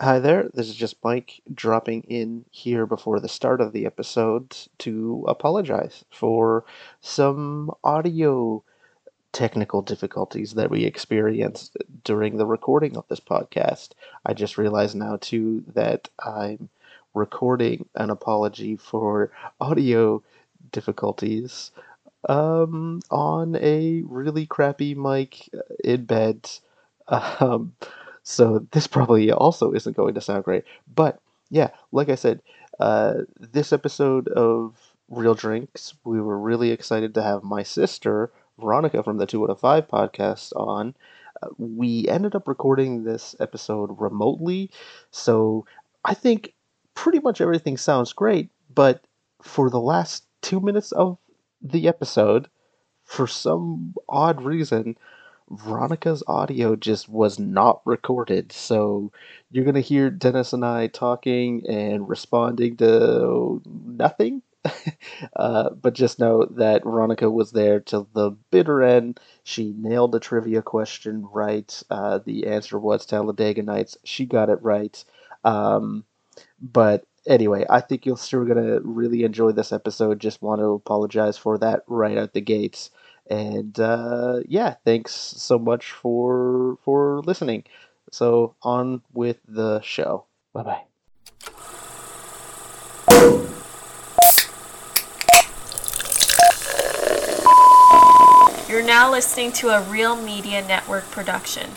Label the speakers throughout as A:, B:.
A: Hi there, this is just Mike dropping in here before the start of the episode to apologize for some audio technical difficulties that we experienced during the recording of this podcast. I just realized now, too, that I'm recording an apology for audio difficulties um, on a really crappy mic in bed. Um, so this probably also isn't going to sound great. But yeah, like I said, uh, this episode of Real Drinks, we were really excited to have my sister, Veronica from the 205 podcast, on. Uh, we ended up recording this episode remotely. So I think pretty much everything sounds great. But for the last two minutes of the episode, for some odd reason, Veronica's audio just was not recorded. So you're going to hear Dennis and I talking and responding to nothing. uh, but just know that Veronica was there till the bitter end. She nailed the trivia question right. Uh, the answer was Talladega Nights. She got it right. Um, but anyway, I think you're still going to really enjoy this episode. Just want to apologize for that right out the gates. And uh, yeah, thanks so much for for listening. So on with the show. Bye bye.
B: You're now listening to a Real Media Network production.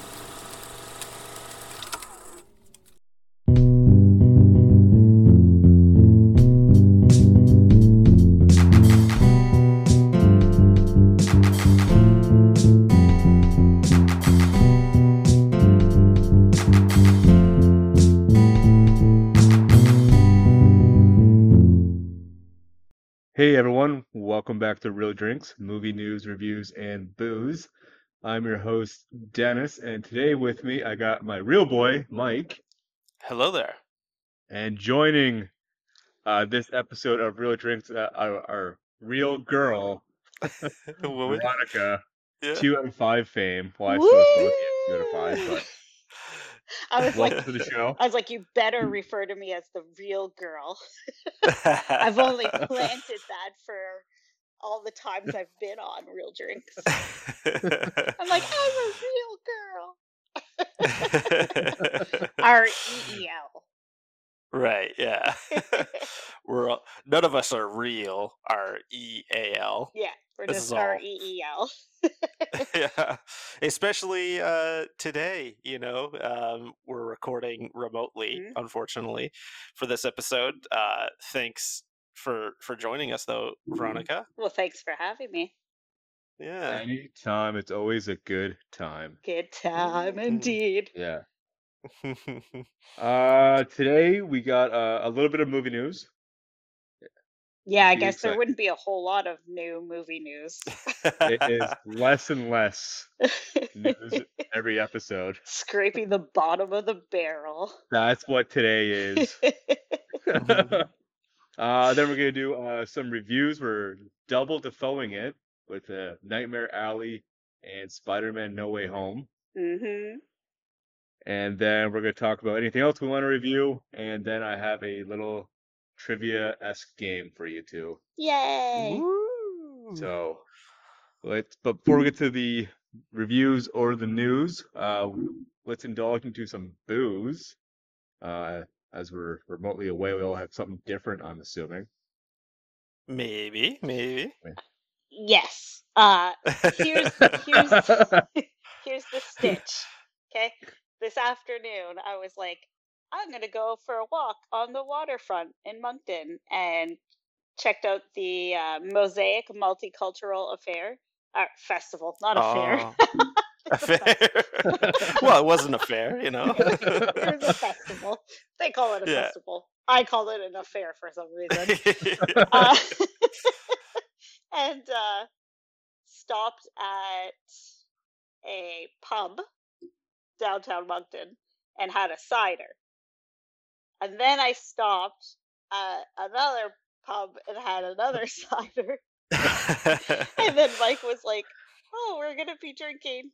C: Hey everyone, welcome back to Real Drinks, movie news, reviews, and booze. I'm your host, Dennis, and today with me I got my real boy, Mike,
D: Hello there.
C: and joining uh, this episode of Real Drinks, uh, our, our real girl,
D: Woman.
C: Veronica,
D: Yeah.
C: 2M5 fame. Why
E: Woo!
C: so close to 2M5,
E: I
C: but
E: was like,
C: welcome to the show.
E: I was like, you better refer to me as the real girl. I've only planted that for all the times I've been on Real Drinks. I'm like, "Oh." I'm a real girl. R E E L.
D: right, yeah. We're all, none of us are real. R E A L.
E: Yeah, we're
D: This
E: just
D: is all-
E: R E E L.
D: Yeah, especially uh, today. You know, um, we're recording remotely,
E: Mhm.
D: unfortunately, for this episode. Uh, thanks for for joining us, though,
C: Mm-hmm.
D: Veronica.
E: Well, thanks for having me.
D: Yeah.
C: Anytime, it's always a good time.
E: Good time
D: Mm.
E: indeed.
C: Yeah. Uh, today we got uh, a little bit of movie news.
E: Yeah, I
C: Be
E: guess there
C: excited.
E: wouldn't be a whole lot of new movie news.
C: It is less and less news every episode.
E: Scraping the bottom of the barrel.
C: That's what today is.
D: Mhm.
C: uh, then we're gonna do uh, some reviews. We're double defoeing it with uh, Nightmare Alley and Spider-Man No Way Home.
E: hmm
C: And then we're gonna talk about anything else we want to review. And then I have a little trivia-esque game for you two.
E: Yay!
D: Woo.
C: So, let's. But before we get to the reviews or the news, uh, let's indulge into some booze. Uh, as we're remotely away, we all have something different. I'm assuming.
D: Maybe, maybe.
E: Yes. Uh, here's here's here's the stitch. Okay. This afternoon, I was like, I'm gonna go for a walk on the waterfront in Moncton, and checked out the uh, Mosaic Multicultural Affair uh, Festival. Not affair.
D: Oh. Affair. well, it wasn't a fair, you know.
E: it was a festival. They call it a
D: Oh. Yeah.
E: festival. I call it an affair for some reason. uh, and uh, stopped at a pub downtown Moncton and had a cider. And then I stopped at another pub and had another cider. And then Mike was like, "Oh, we're gonna be drinking."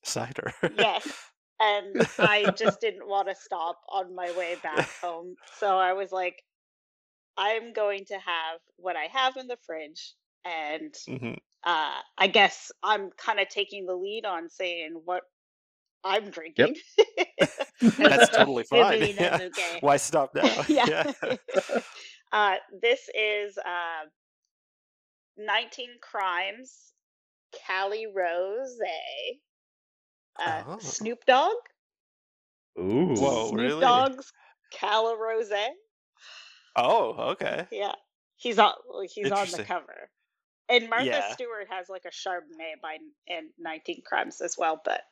D: Cider.
E: Yes. and I just didn't want to stop on my way back home. So I was like, I'm going to have what I have in the fridge, and
D: Mhm.
E: uh, I guess I'm kind of taking the lead on saying what I'm drinking.
D: That's totally fine.
E: Vivian
D: Yeah.
E: and Luque.
D: Why stop now?
E: yeah. uh, this is uh, 19 Crimes, Cali Rose, uh,
D: Oh.
E: Snoop Dogg.
C: Ooh.
D: Whoa. Oh,
E: Snoop
D: really?
E: Dogg's Cali Rose.
D: Oh, okay.
E: Yeah, he's on. well, He's on the
D: Interesting.
E: cover. And Martha
D: Yeah.
E: Stewart has like a Chardonnay by and 19 Crimes as well, but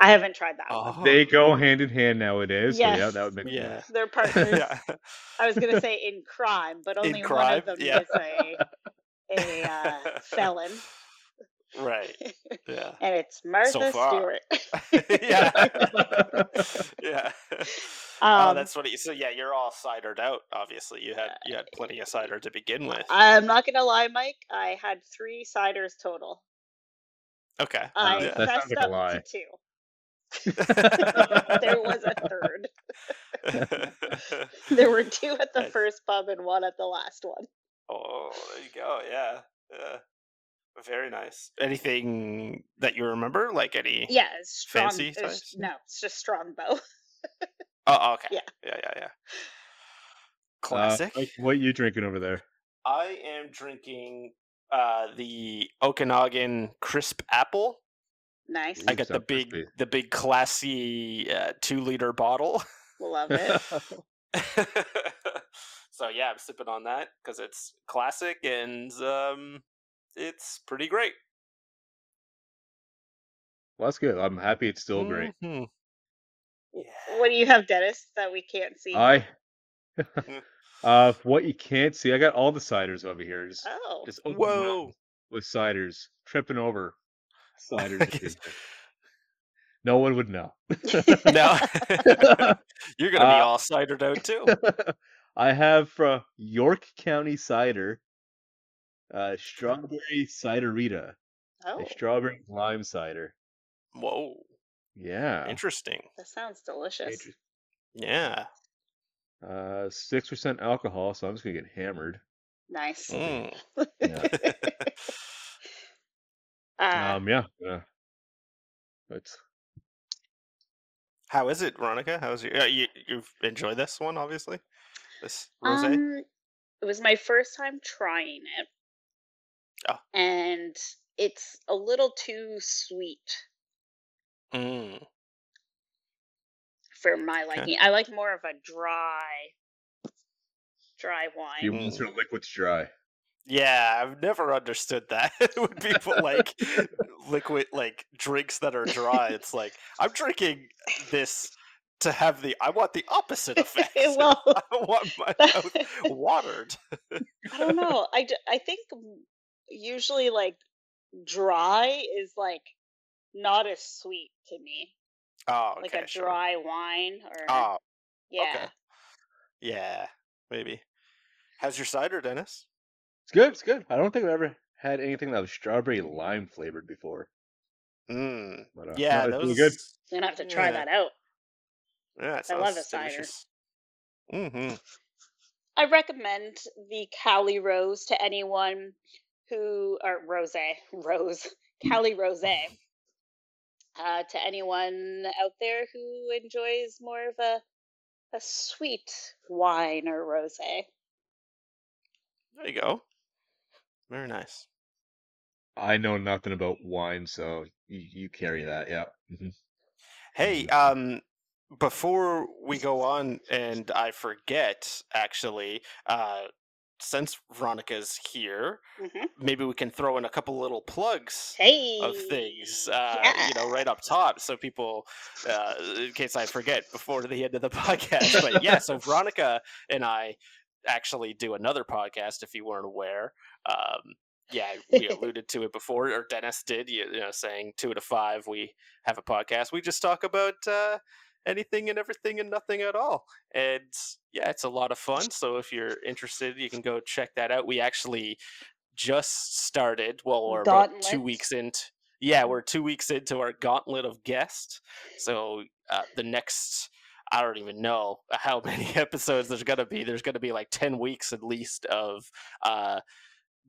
E: I haven't tried that one.
D: Oh,
C: They go hand in hand nowadays. So yeah,
E: Yes.
C: that would make Uh,
D: yeah.
E: They're partners.
D: yeah.
E: I was gonna say in crime, but
D: In
E: only one
D: crime,
E: of them
D: yeah.
E: is a a uh, felon,
D: Right. Yeah.
E: and it's Martha
D: far.
E: Stewart.
D: yeah.
C: sense.
D: yeah. oh,
E: Um, uh,
D: that's funny. So yeah, you're all cidered out. Obviously, you had you had plenty of cider to begin with.
E: I'm not gonna lie, Mike. I had three ciders total.
D: Okay.
E: I
C: that sounds
E: fessed
C: like a
E: up
C: lie.
E: to two. there was a third. There were two at the
D: Nice.
E: first pub and one at the last one.
D: oh, there you go. Yeah. Yeah. Very nice. Anything that you remember? Like any?
E: Yeah, it's strong.
D: Fancy
E: it's-
D: size?
E: no, it's just Strongbow.
D: Oh, okay.
E: Yeah.
D: Yeah. Yeah. yeah.
C: Uh,
D: Classic.
C: Mike, what you drinking over there?
D: I am drinking uh the Okanagan crisp apple.
E: Nice,
D: I
C: Ooh,
D: got the
C: sounds
D: big
C: crispy.
D: the big classy uh, 2 liter bottle.
E: love it.
D: so yeah, I'm sipping on that cuz it's classic and um it's pretty great.
C: Well, that's good. I'm happy it's still great.
D: Mhm.
E: What do you have, Dennis, that we can't
D: Mm-hmm.
E: see?
C: I.
D: Mm.
C: uh, what you can't see, I got all the ciders over here. Just,
E: oh,
C: just open mountain
D: Uh, Whoa.
C: with ciders, tripping over ciders.
D: I
C: and
D: guess-
C: people. no one would know.
D: no. You're going to be
C: Uh,
D: all cidered out too.
C: I have from York County Cider, uh, strawberry ciderita,
E: oh,
C: a strawberry lime cider.
D: Whoa.
C: Yeah,
D: Interesting.
E: that sounds delicious.
C: Inter-
D: Yeah.
C: uh, six percent alcohol, so I'm just gonna get hammered.
E: Nice.
D: Mm.
C: Yeah.
D: Ah.
E: Uh,
C: um, yeah, yeah. It's
D: How is it, Veronica? How's your uh, you you've enjoyed this one obviously? This rosé?
E: um, it was my first time trying it,
D: Oh.
E: and it's a little too sweet
D: Mm.
E: for my liking. I like more of a dry, dry wine.
C: you want sort of liquids dry.
D: Yeah, I've never understood that. when people like liquid like drinks that are dry, it's like I'm drinking this to have the I want the opposite effect.
E: well,
D: I want my mouth watered.
E: I don't know. I, d- I think usually like dry is like not as sweet to me.
D: Oh,
E: Like
D: okay,
E: a
D: sure.
E: dry wine or
D: Oh,
E: yeah.
D: okay. yeah, maybe. How's your cider, Dennis?
C: It's good. It's good. I don't think I've ever had anything that was strawberry lime flavored before.
D: Mm.
C: But, uh, no,
D: Yeah,
C: it's
D: those
C: really good.
E: I'm gonna have to try
D: Yeah.
E: that out.
D: Yeah, it
E: I love
D: sounds
E: a cider.
D: delicious. Mm-hmm.
E: I recommend the Cali Rose to anyone who or Rose Rose Cali Rose uh, to anyone out there who enjoys more of a a sweet wine or rose.
D: There you go. Very nice.
C: I know nothing about wine, so you, you carry that. Yeah. Mhm.
D: Hey,
C: Mm-hmm.
D: um, before we go on, and I forget actually, uh, since Veronica's here,
E: Mhm.
D: maybe we can throw in a couple little plugs
E: Hey,
D: of things, uh,
E: yeah.
D: you know, right up top, so people, uh, in case I forget before the end of the podcast. But yeah, so Veronica and I actually do another podcast. If you weren't aware, um, yeah, we alluded to it before, or Dennis did. You, you know, saying two to five, we have a podcast. We just talk about uh, anything and everything and nothing at all. And yeah, it's a lot of fun. So if you're interested, you can go check that out. We actually just started. Well, we're about two
E: Gauntlet.
D: weeks into. Yeah, we're two weeks into our gauntlet of guests. So uh, the next I don't even know how many episodes there's gonna be. There's gonna be like ten weeks at least of uh,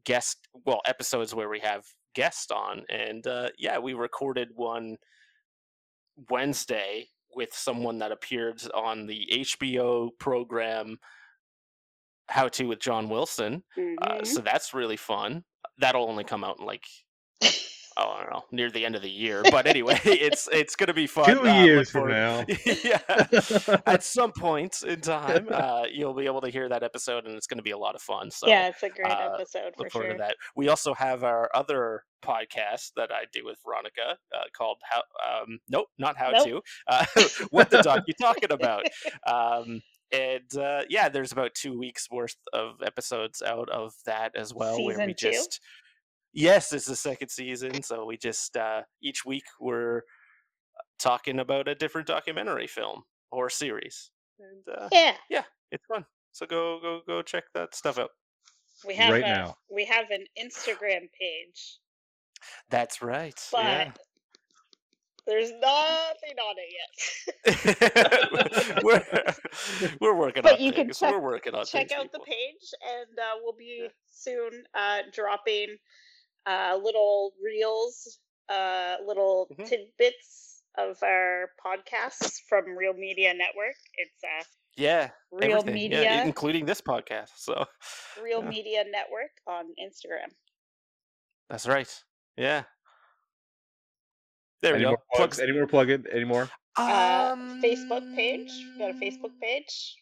D: guest well episodes where we have guests on, and uh, yeah, we recorded one Wednesday with someone that appeared on the HBO program How to with John Wilson.
E: Mm-hmm.
D: Uh, so that's really fun. That'll only come out in like oh, I don't know near the end of the year. But anyway, it's it's gonna be fun.
C: Two
D: Uh, look
C: years from
D: forward-
C: now.
D: yeah. At some point in time, uh, you'll be able to hear that episode, and it's going to be a lot of fun. So
E: yeah, it's a great
D: uh,
E: episode for
D: look forward
E: sure.
D: to that. We also have our other podcast that I do with Veronica uh, called "How." Um, nope, not "How
E: Nope.
D: to." Uh, what the dog you talking about? Um, and uh, yeah, there's about two weeks worth of episodes out of that as well, where
E: Season
D: we
E: two?
D: just yes, it's the second season, so we just uh, each week we're talking about a different documentary film or series, and uh,
E: yeah,
D: it's fun. So go go go check that stuff out.
E: we have
D: uh,
C: Right
E: a,
C: now.
E: we have an Instagram page,
D: That's right.
E: but
D: yeah.
E: there's nothing on it yet.
D: we're, we're working
E: But
D: on
E: you can
D: things.
E: check-
D: we're working on
E: Check
D: things,
E: out the
D: people.
E: page, and uh, we'll be soon uh, dropping uh, little reels, uh, little
D: Mhm.
E: tidbits of our podcasts from Real Media Network. It's uh,
D: Yeah,
E: Real
D: everything,
E: Media,
D: yeah, including this podcast. So
E: Real
D: yeah,
E: Media Network on Instagram.
D: That's right. Yeah. There we
C: any,
D: go.
C: more plugs,
D: Plugs.
C: any more plug in? Any more?
E: Uh,
D: Um,
E: Facebook page. We got a Facebook page.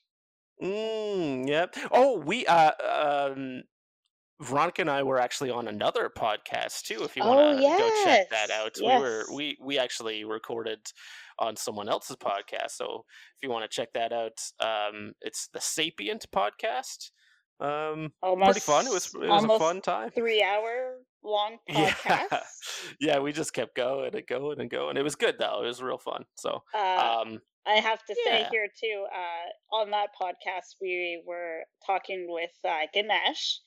D: Mm, yep. Oh, we uh um Veronica and I were actually on another podcast too. If you
E: Oh,
D: want to go check that
E: yes,
D: out, we were
E: yes.
D: we we actually recorded on someone else's podcast. So if you want to check that out, um, it's the Sapient podcast. Um,
E: Almost
D: pretty fun. It was it was a
E: almost
D: fun time.
E: three hour long podcast.
D: Yeah, yeah. We just kept going and going and going. It was good though. It was real fun. So
E: Uh,
D: um,
E: I have to say
D: yeah.
E: here too. Uh, on that podcast, we were talking with uh, Ganesh,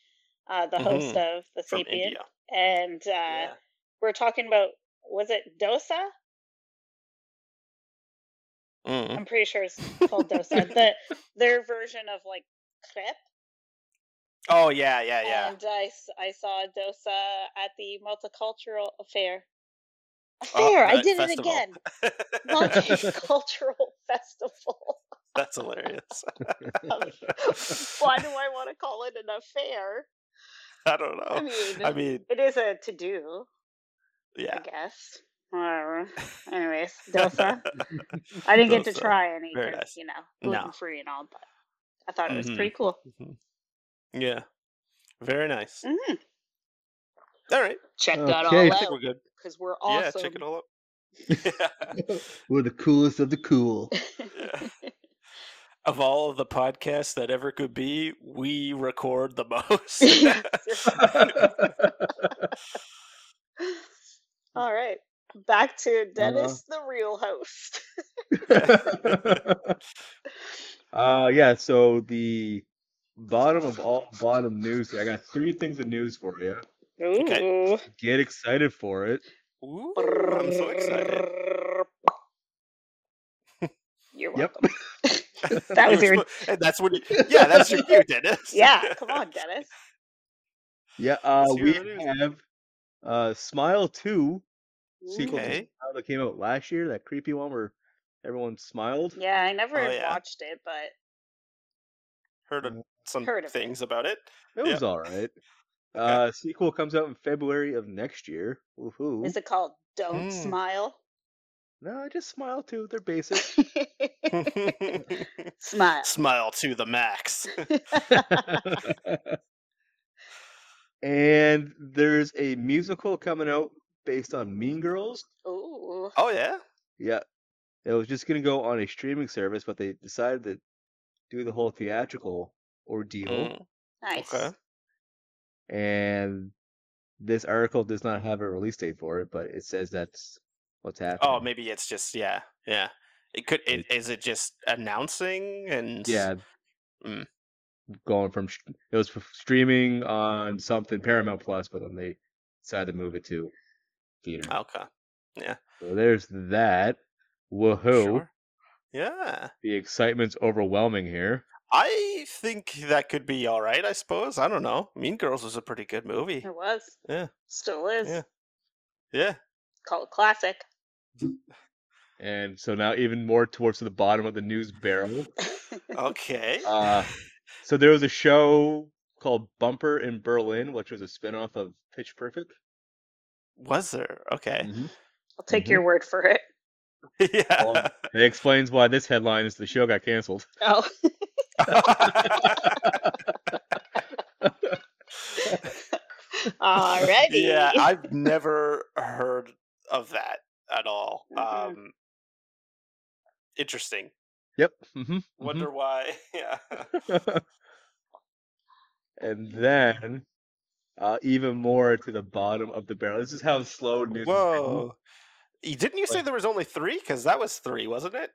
E: uh, the host of the
D: Mm-hmm. from
E: Sapient,
D: India.
E: and uh,
D: Yeah. Mm-hmm.
E: we're talking about was it dosa?
D: Mm. Mm-hmm.
E: I'm pretty sure it's called dosa. The their version of like crepe.
D: Oh yeah, yeah, yeah.
E: And I, s- I saw Dosa at the multicultural fair. A
D: Oh,
E: fair. I
D: uh,
E: did
D: festival.
E: it again. Multicultural festival.
D: That's hilarious.
E: Why do I want to call it an affair?
D: I don't know.
E: I mean-
D: Oh, I mean,
E: It is a to do,
D: yeah.
E: I guess. Or, anyways, Dosa. I didn't get to
D: Dosa.
E: try any
D: Very
E: because
D: nice.
E: you know
D: No.
E: gluten free and all, but I thought it was
D: Mhm.
E: pretty cool.
D: Mm-hmm. Yeah. Very nice.
E: hmm
D: All right.
E: Check that
A: Okay.
E: all
A: I
D: I think
E: out
D: we're good.
E: because we're
D: Yeah,
E: awesome.
D: check it all up.
A: We're the coolest of the cool.
D: Yeah. Of all of the podcasts that ever could be, we record the most.
E: all right, back to Dennis, the real host.
C: uh yeah, so the bottom of all bottom news here. I got three things of news for you.
D: Okay.
E: Ooh.
C: Get excited for it.
D: Ooh, I'm so excited.
E: You're
C: Yep.
E: welcome. that
D: You
E: was
D: were
E: your
D: spo- and that's what. yeah, that's your cue, Dennis.
E: yeah. Come on, Dennis.
C: Yeah, uh
D: Let's hear
C: we
D: the news.
C: have uh Smile 2 sequel to
D: Okay.
C: Smile that came out last year, that creepy one where everyone smiled.
E: Ooh. Yeah, I never
D: Oh, yeah.
E: watched it, but
D: Heard of some
E: Heard of it.
D: things about it.
C: It
D: Yeah.
C: was all right. Uh, sequel comes out in February of next year. Woohoo!
E: is it called "Don't
D: Mm.
E: Smile"?
C: No, I just smile too. They're basic.
E: smile.
D: Smile to the max.
C: and there's a musical coming out based on Mean Girls.
E: Ooh.
D: Oh yeah.
C: Yeah, it was just gonna go on a streaming service, but they decided to do the whole theatrical ordeal.
D: Mm,
E: Nice.
D: Okay.
C: And this article does not have a release date for it, but it says that's what's happening.
D: Oh, maybe it's just yeah, yeah. It could. It, is it just announcing and
C: Yeah.
D: Mm. Mm.
C: Going from sh- it was f- streaming on something Paramount Plus, but then they decided to move it to theater.
D: Oh. Okay.
C: So there's that. Woohoo!
D: Sure. Yeah.
C: The excitement's overwhelming here.
D: I think that could be all right, I suppose. I don't know. Mean Girls was a pretty good movie.
E: It was.
D: Yeah.
E: Still is.
D: Yeah. Yeah.
E: Called classic.
C: And so now even more towards the bottom of the news barrel.
D: Okay.
C: Uh, so there was a show called Bumper in Berlin, which was a spinoff of Pitch Perfect. Mm-hmm.
D: was there? Okay.
E: I'll take your word for it.
D: yeah.
C: It explains why this headline is the show got canceled.
E: Oh, alrighty.
D: yeah, I've never heard of that at all.
C: Mm-hmm.
E: Mm-mm.
D: Um interesting.
C: Yep. Mm-hmm.
D: Wonder why. Yeah.
C: and then uh, even more to the bottom of the barrel. This is how slow news. is going.
D: Whoa. Y- Didn't you say
C: Like-
D: there was only three? Because that was three, wasn't it?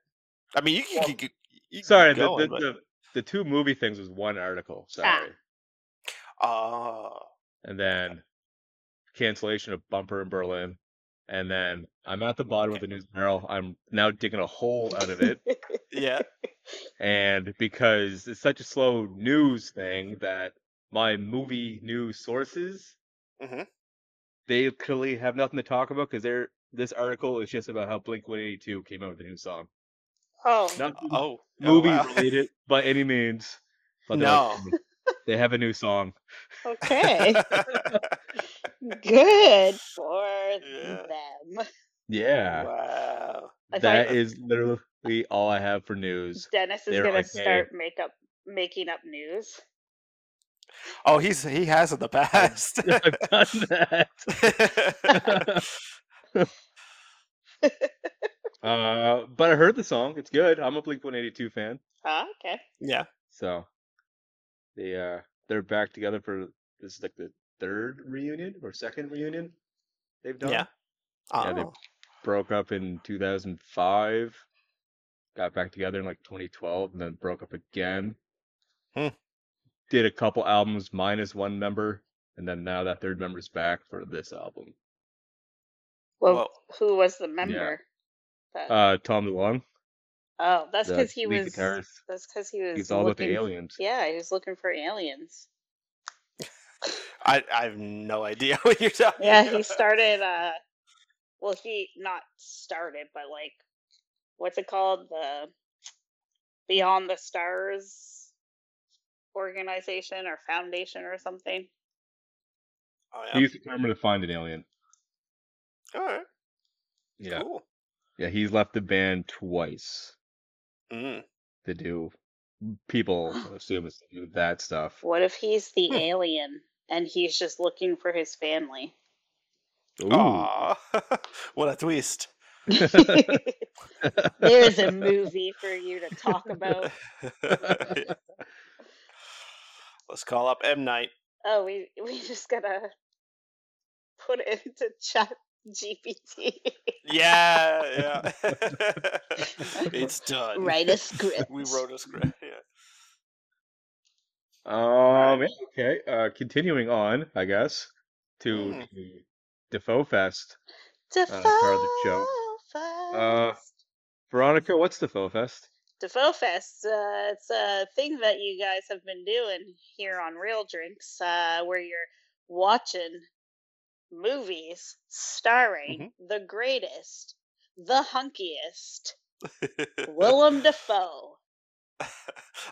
D: I mean, you can.
C: Well,
D: you can- you can
C: Sorry,
D: keep
C: the,
D: going,
C: the,
D: but- Ah.
C: the, the two movie things was one article. Sorry.
D: Oh,
C: And then cancellation of Bumper in Berlin. And then I'm at the bottom of the news barrel. I'm now digging a hole out of it.
D: yeah.
C: and because it's such a slow news thing that my movie news sources
D: Mhm.
C: they clearly have nothing to talk about because they're this article is just about how Blink 182 came out with a new song.
E: Oh,
C: Not
D: Oh, oh,
C: movie
D: wow.
C: related by any means. But they're like,
D: No.
C: "Oh, they have a new song.
E: okay. Good for
D: Yeah.
E: them.
C: Yeah.
D: wow.
E: I thought-
C: That is literally all I have for news.
E: Dennis is
C: They're
E: gonna
C: okay.
E: start make up making up news.
D: Oh, he's he has in the past.
C: I've done that. uh, but I heard the song. It's good. I'm a Blink 182 fan.
E: Ah, okay.
D: yeah.
C: So they uh they're back together for this is like the third reunion or second reunion they've done.
D: Yeah. Oh.
C: Yeah, they- Broke up in 2005, got back together in like 2012, and then broke up again.
D: Hmm.
C: Did a couple albums minus one member, and then now that third member's back for this album.
E: Well, who was the member? That-
C: Uh, Tom DeLonge.
E: oh, that's
C: the
E: because he
C: lead
E: was.
C: guitarist.
E: That's because he was.
C: He's all about the
E: looking-
C: aliens.
E: Yeah, he was looking for aliens.
D: I I have no idea what you're talking.
E: Yeah, he
D: about.
E: started. uh Well, he not started, but like, what's it called? The Beyond the Stars organization or foundation or something.
D: Oh,
C: He
D: yeah.
C: used the camera to find an alien.
D: All right.
C: Yeah,
D: Cool.
C: yeah. He's left the band twice.
D: Mm.
C: to do people I assume is to do that stuff.
E: What if he's the
D: Hmm.
E: alien and he's just looking for his family?
D: Aw. what a twist.
E: There's a movie for you to talk about.
D: Let's call up M Night.
E: Oh, we we just gotta put it into chat GPT.
D: Yeah, yeah. it's done.
E: Write a script.
D: We wrote a script. Yeah.
C: Um yeah, okay. Uh continuing on, I guess, to
D: Mm.
C: the Defoe Fest.
E: Defoe
C: part of the show. Uh,
E: Fest.
C: Veronica, what's Defoe Fest?
E: Defoe Fest. Uh, it's a thing that you guys have been doing here on Real Drinks, uh, where you're watching movies starring
D: Mm-hmm.
E: the greatest, the hunkiest Willem Defoe.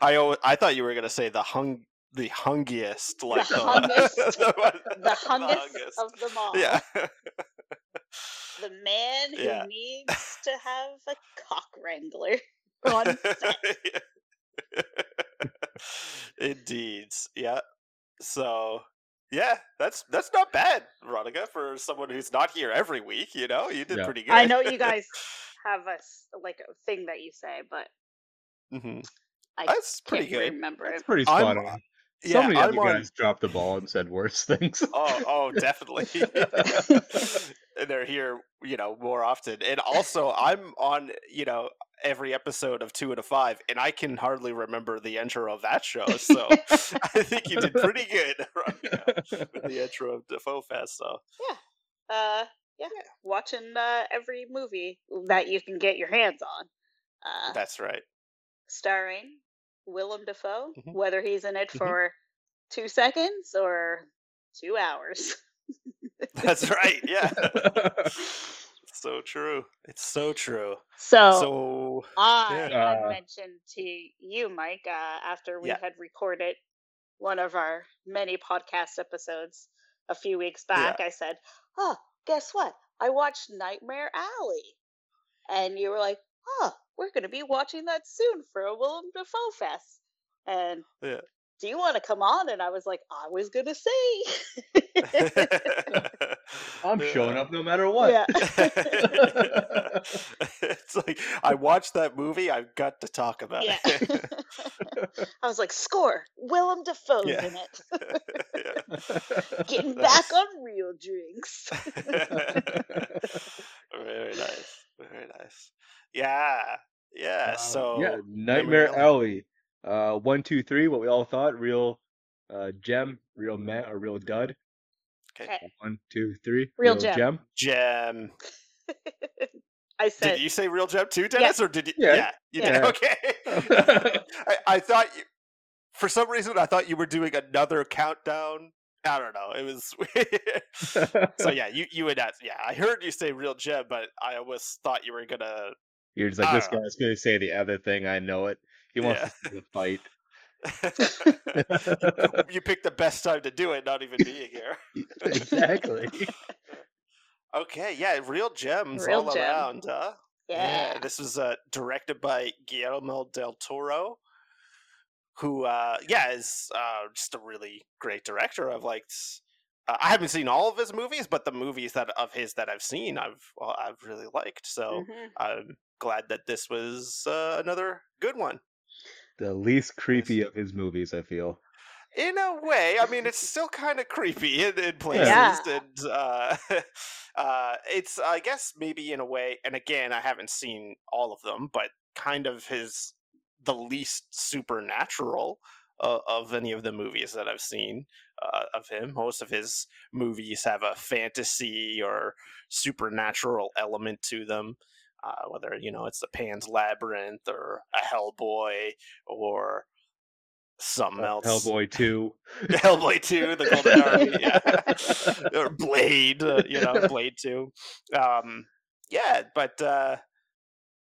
D: I always, I thought you were gonna say the hung the hungiest like the
E: hungest-
D: one-
E: The hungest of them all.
D: yeah
E: The man who
D: Yeah.
E: needs to have a cock wrangler on
D: indeed yeah so yeah that's that's not bad Veronica for someone who's not here every week you know you did
C: Yeah.
D: pretty good
E: I know you guys have a s- like a thing that you say, but
D: hmm
E: I
D: that's pretty
E: can't
D: good
E: remember
C: It's
E: it.
C: pretty
D: I'm-
C: spot on.
D: yeah
C: so many
D: I'm
C: other
D: on-
C: guys dropped the ball and said worse things.
D: Oh, oh, definitely. and they're here, you know, more often. And also, I'm on, you know, every episode of Two and a Five, and I can hardly remember the intro of that show. So I think you did pretty good Veronica, with the intro of Defoe Fest. So
E: Uh, yeah, watching uh, every movie that you can get your hands on. uh,
D: That's right.
E: starring Willem Dafoe,
D: Mhm.
E: whether he's in it
D: Mhm.
E: for two seconds or two hours.
D: That's right. Yeah. oh. so true. It's so true.
E: So,
C: Oh.
D: So
E: I
C: Yeah.
E: had mentioned to you, Mike, uh, after we
D: Uh, Yeah.
E: had recorded one of our many podcast episodes a few weeks back. I said, "Oh, guess what? I watched Nightmare Alley," and you were like, "Oh, we're going to be watching that soon for a Willem Dafoe fest." And
D: Yeah.
E: do you want to come on? And I was like, "I was going to say."
C: I'm
D: Yeah.
C: showing up no matter what.
E: Yeah.
D: it's like I watched that movie. I've got to talk about
E: Yeah.
D: it.
E: I was like, score. Willem Dafoe's
D: Yeah.
E: in it.
D: Yeah.
E: Getting
D: That's-
E: back on real drinks.
D: very nice. Very nice. Yeah. Yeah.
C: Uh,
D: so
C: yeah, Nightmare Alley.
D: Alley.
C: Uh, one, two, three. What we all thought: real uh, gem, real man, or real dud.
D: Okay.
E: Okay.
C: One, two, three.
E: Real gem.
D: Gem.
E: I said,
D: Did you say real gem too, Dennis? Or did you?
C: Yeah.
D: you
E: Yeah.
D: did. Okay. I, I thought you, for some reason, I thought you were doing another countdown. I don't know. It was so yeah. You you would not. Yeah, I heard you say real gem, but I always thought you were gonna.
C: You're just like
D: I
C: this
D: don't
C: guy's gonna say the other thing. I know it. He wants
D: "Ah." Yeah.
C: to see the fight.
D: you picked the best time to do it, not even being here.
C: exactly.
D: Okay, yeah, real gems
E: Real
D: all
E: gem.
D: around, huh?
E: yeah.
D: this was uh, directed by Guillermo del Toro, who, uh, yeah, is uh, just a really great director. I've liked. Uh, I haven't seen all of his movies, but the movies that of his that I've seen, I've well, I've really liked. So
E: Mhm.
D: I'm glad that this was uh, another good one.
C: The least creepy of his movies, I feel.
D: In a way, I mean, it's still kind of creepy in, in places,
E: Yeah.
D: and uh, uh, it's I guess maybe in a way. And again, I haven't seen all of them, but kind of his the least supernatural uh, of any of the movies that I've seen uh, of him. Most of his movies have a fantasy or supernatural element to them. Uh, whether you know it's the Pan's Labyrinth or a Hellboy or something
C: Uh,
D: else,
C: Hellboy two.
D: Hellboy 2, the Golden Army, yeah. or Blade, uh, you know, Blade 2. Um, yeah, but uh,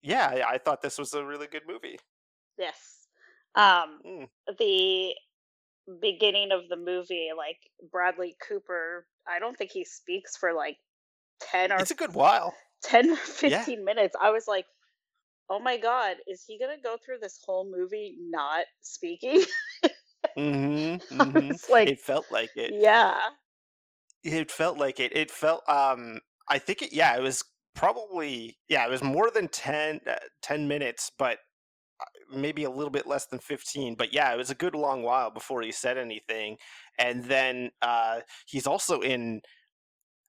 D: yeah, I, I thought this was a really good movie.
E: Yes. Um,
D: Mm.
E: the beginning of the movie, like Bradley Cooper, I don't think he speaks for like ten or
D: It's a good while.
E: ten or
D: Yeah.
E: fifteen minutes. I was like, oh my god, is he gonna go through this whole movie not speaking?
D: Mm-hmm,
E: it's like,
D: it felt like it.
E: yeah,
D: It felt like it. It felt. Um, I think it. Yeah, it was probably. Yeah, it was more than 10, uh, 10 minutes, but uh, maybe a little bit less than fifteen. But yeah, it was a good long while before he said anything. And then uh, he's also in.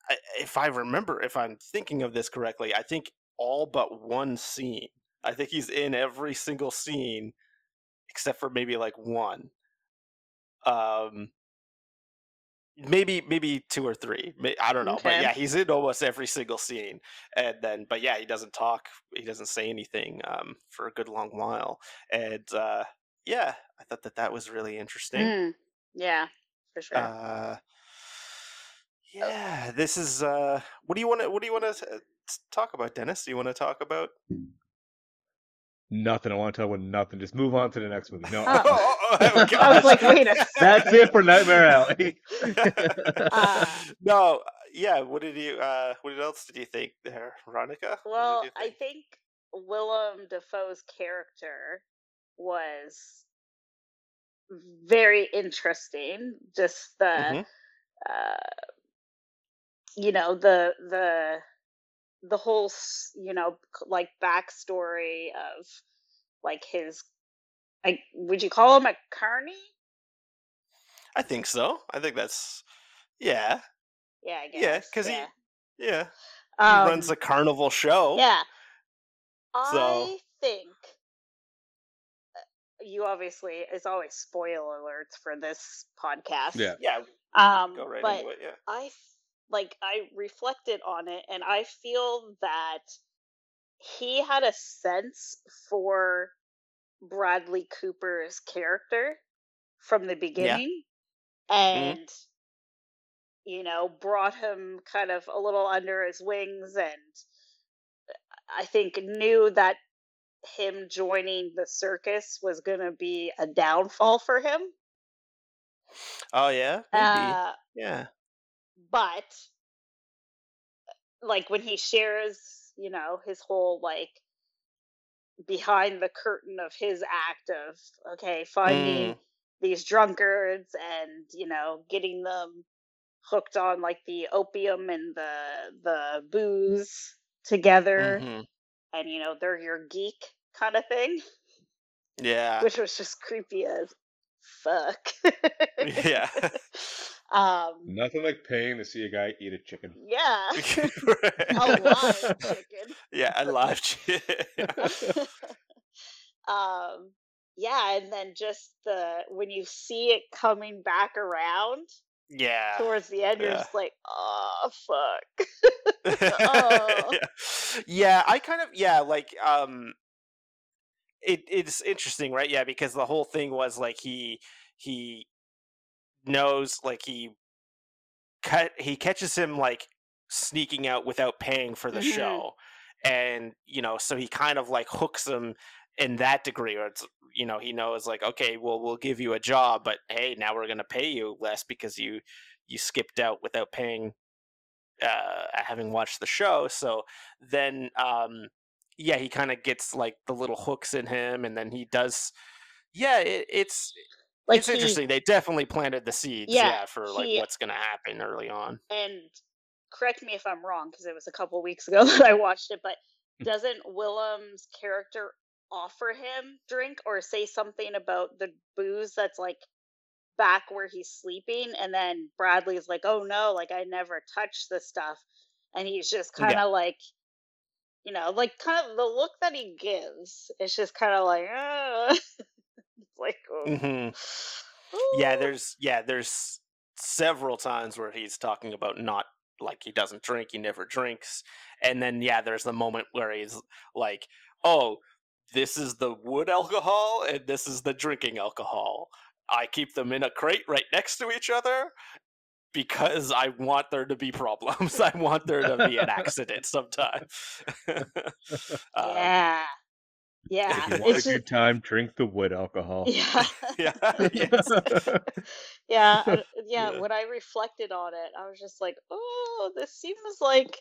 D: I- If I remember, if I'm thinking of this correctly, I think all but one scene. I think he's in every single scene except for maybe like one. Um, maybe maybe two or three May- i don't know but
E: Okay.
D: yeah he's in almost every single scene and then but yeah he doesn't talk he doesn't say anything um for a good long while and uh yeah i thought that that was really interesting
E: Mm. yeah, Uh, for sure.
D: uh yeah this is uh what do you want to what do you want to talk about dennis do you want to talk about
C: Nothing. I want to talk about nothing. Just move on to the next movie. No. uh,
E: Oh.
D: oh, okay.
E: I was like, wait a
C: That's it for Nightmare Alley.
E: Uh,
D: no, yeah. What did you? Uh, what else did you think there, Veronica? What did
E: Well,
D: you
E: I
D: think?
E: think Willem Dafoe's character was very interesting. Just the,
D: Mhm.
E: uh, you know, the the the whole, s- you know, c- like backstory of like his. I would you call him a carny?
D: I think so. I think that's yeah,
E: Yeah, I guess.
D: yeah, because
E: yeah.
D: he yeah he
E: Um,
D: runs a carnival show.
E: Yeah. I
D: Oh. So-
E: think uh, you obviously it's always spoiler alerts for this podcast.
C: Yeah.
D: yeah.
E: Um
D: Go right
E: but
D: into it. Yeah.
E: I f- like I reflected on it and I feel that he had a sense for Bradley Cooper's character from the beginning and you know brought him kind of a little under his wings and I think knew that him joining the circus was going to be a downfall for him.
D: Oh yeah, maybe.
E: Uh,
D: yeah.
E: but like when he shares you know his whole like behind the curtain of his act of okay finding
D: Mm.
E: these drunkards and you know getting them hooked on like the opium and the the booze together
D: Mhm.
E: and you know they're your geek kind of thing
D: Yeah.
E: which was just creepy as fuck
D: yeah.
E: um
C: Nothing like paying to see a guy eat a chicken.
E: yeah a
D: Right.
E: live chicken
D: yeah, I live shit.
E: um yeah and then just the when you see it coming back around
D: yeah.
E: towards the end you're
D: yeah.
E: just like oh fuck Oh.
D: yeah. yeah, I kind of yeah, like um it it's interesting, right? Yeah, because the whole thing was like he he knows like he cut he catches him like sneaking out without paying for the
E: Mhm.
D: show. And, you know, so he kind of like hooks him in that degree or it's you know, he knows like, okay, well we'll give you a job, but hey, now we're gonna pay you less because you you skipped out without paying uh having watched the show so then um yeah he kind of gets like the little hooks in him and then he does yeah it, it's
E: like
D: it's
E: he-
D: interesting they definitely planted the seeds yeah,
E: Yeah,
D: for like
E: he-
D: what's gonna happen early on
E: and correct me if i'm wrong because it was a couple weeks ago that i watched it but
D: Hmm.
E: doesn't willem's character offer him drink or say something about the booze that's like back where he's sleeping and then bradley's like oh no like i never touched this stuff and he's just
D: Yeah.
E: kind of like you know like kind of the look that he gives it's just kind of like "Ah." It's like oh.
D: hmm yeah
E: Ooh.
D: there's yeah there's several times where he's talking about not like he doesn't drink he never drinks and then yeah there's the moment where he's like oh this is the wood alcohol and this is the drinking alcohol i keep them in a crate right next to each other because i want there to be problems i want there to be an accident sometime Um,
E: yeah yeah
C: If you want
E: it's
C: a
E: just,
C: good time, drink the wood alcohol.
E: yeah
D: yeah, yes.
E: yeah, I- yeah.
D: Yeah.
E: When I reflected on it, I was just like, "Oh, this seems like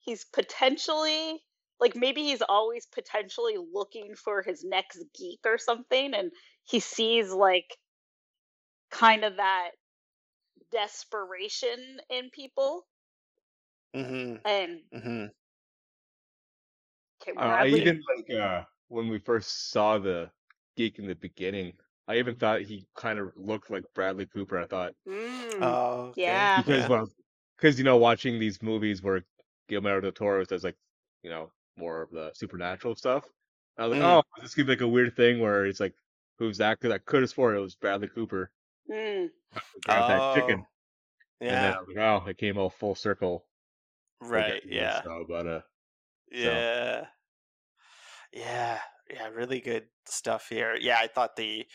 E: he's potentially like maybe he's always potentially looking for his next geek or something, and he sees like kind of that desperation in people."
D: hmm
E: And
D: hmm
E: okay,
C: Uh, I
E: Bradley-
C: even like uh, when we first saw the geek in the beginning. I even thought he kind of looked like Bradley Cooper. I thought
E: Mm,
D: Oh, okay.
E: Yeah.
C: because well, because you know, watching these movies where Guillermo del Toro does like you know more of the supernatural stuff. I was like,
D: Mm.
C: oh, this could be like a weird thing where it's like, who's that? Because I could have sworn it was Bradley Cooper
E: mm,
C: who grabbed that chicken,
D: Oh, Yeah.
C: and then I was like, oh, it came all full circle. like,
D: right.
C: after this,
D: Yeah.
C: So, but uh,
D: Yeah. Yeah. Yeah. Really good stuff here. Yeah, I thought the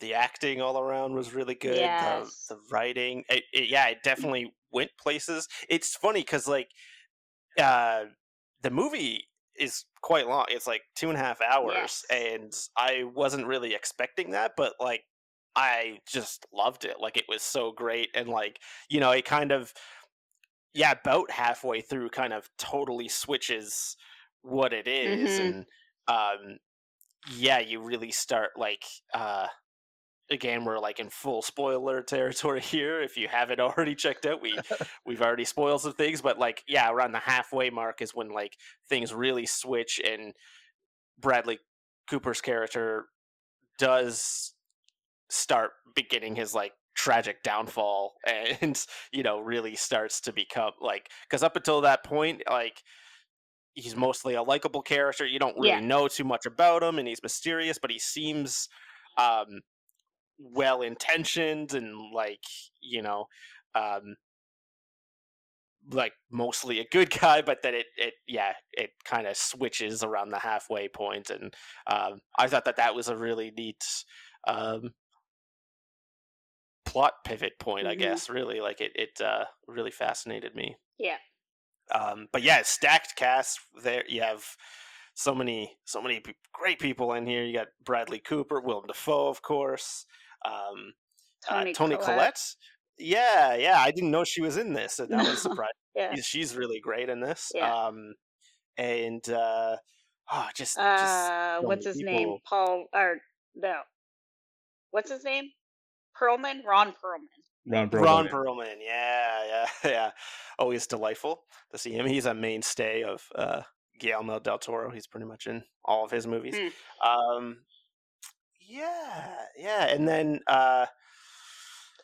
D: the acting all around was really good.
E: Yes.
D: The, the writing. It, it, yeah,
C: Mm.
D: it definitely went places. It's funny because like uh the movie is quite long. It's like two and a half hours,
E: Yes.
D: and I wasn't really expecting that, but like I just loved it. Like it was so great, and like you know, it kind of yeah, about halfway through, kind of totally switches what it is,
E: Mhm.
D: and um, yeah, you really start like uh, again, we're like in full spoiler territory here. If you haven't already checked out, we we've already spoiled some things, but like yeah, around the halfway mark is when like things really switch, and Bradley Cooper's character does start beginning his like tragic downfall and you know really starts to become like because up until that point like he's mostly a likable character you don't really
E: Yeah.
D: know too much about him and he's mysterious but he seems um well intentioned and like you know um like mostly a good guy, but then it, it yeah, it kind of switches around the halfway point, and um, I thought that that was a really neat um, plot pivot point. I
E: Mhm.
D: guess really, like it, it uh, really fascinated me.
E: Yeah.
D: Um, but yeah, stacked cast. There you have so many, so many p- great people in here. You got Bradley Cooper, Willem Dafoe, of course. Um, Tony, uh, Tony Collette. Yeah, yeah. I didn't know she was in this, and that was
E: No.
D: surprising.
E: Yeah.
D: She's- She's really great in this.
E: Yeah.
D: Um, and uh, oh, just, just
E: Uh,
D: so
E: what's
D: many
E: his name?
D: people.
E: Paul or no? What's his name? Perlman, Ron Perlman.
C: Ron Perlman.
D: Ron Perlman. Yeah, yeah, yeah. Always delightful to see him. He's a mainstay of uh, Guillermo del Toro. He's pretty much in all of his movies.
E: Hmm.
D: Um, yeah, yeah. And then uh,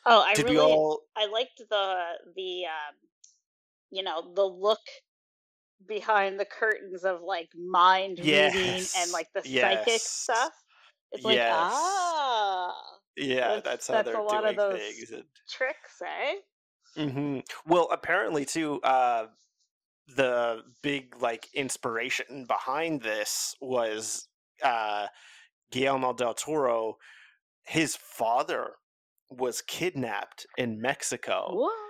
E: Oh, I
D: did
E: really
D: we all?
E: I liked the the um, you know the look behind the curtains of like mind reading and
D: Yes,
E: like the psychic
D: yes,
E: stuff. It's like
D: yes.
E: ah
D: Yeah, that's,
E: that's-
D: how
E: that's
D: they're
E: a lot
D: doing
E: of those-
D: things. and-
E: tricks, eh?
D: hmm Well, apparently too, uh, the big like inspiration behind this was uh, Guillermo del Toro. His father was kidnapped in
E: Oh,
D: Mexico.
E: Whoa.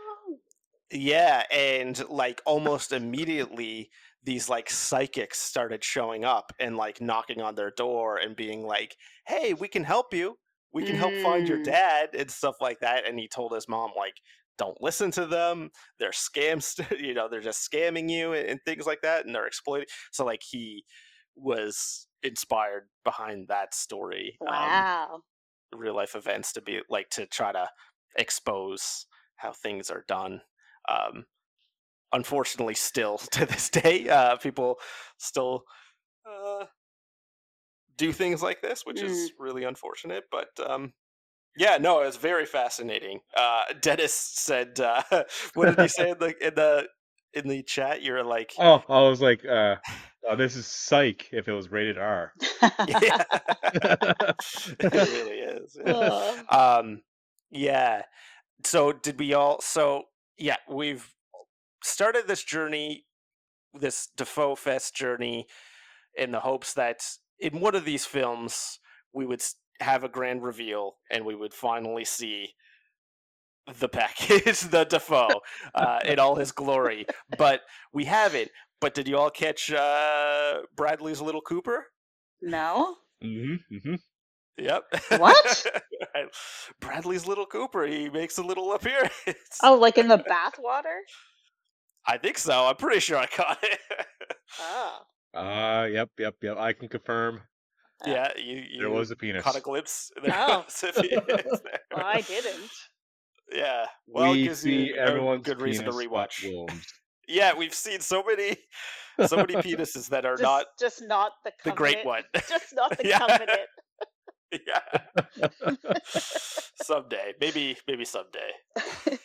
D: Yeah, and like almost immediately these like psychics started showing up and like knocking on their door and being like, "Hey, we can help you. We can help find your
E: Mm.
D: dad and stuff like that." And he told his mom like, "Don't listen to them. They're scams, you know, they're just scamming you and, and things like that and they're exploiting." So like he was inspired behind that story. um,
E: Wow.
D: real life events to be like to try to expose how things are done. Um, unfortunately, still to this day, uh, people still uh, do things like this, which is really unfortunate. But um, yeah, no, it was very fascinating. Uh, Dennis said, uh, "What did he say in the in the in the chat?" You're like,
C: Oh, I was like, uh, oh, this is psych if it was rated R.
D: yeah, it really is. yeah.
E: Ugh.
D: um yeah so did we all so yeah we've started this journey this defoe fest journey in the hopes that in one of these films we would s- have a grand reveal and we would finally see the package the defoe uh, in all his glory but we haven't but did you all catch uh, bradley's little cooper
E: no.
C: Mm-hmm, mm-hmm.
D: Yep.
E: What?
D: Right. Bradley's little Cooper. He makes a little appearance.
E: Oh, like in the bathwater?
D: I think so. I'm pretty sure I caught it.
E: Oh.
C: Uh, yep, yep, yep. I can confirm
E: Uh,
D: yeah, you, you
C: there was a penis.
D: caught a glimpse. There
E: Oh.
D: was a penis there.
E: Well, I didn't.
D: Yeah. Well, it
C: we
D: gives
C: see
D: you a
C: everyone's
D: good reason to
C: penis but
D: rewatch.
C: Wilms.
D: Yeah, we've seen so many, so many penises that are
E: Just
D: not
E: just not the
D: the great
E: covenant-
D: one.
E: Just not the
D: Yeah.
E: covenant.
D: yeah. someday, maybe, maybe someday.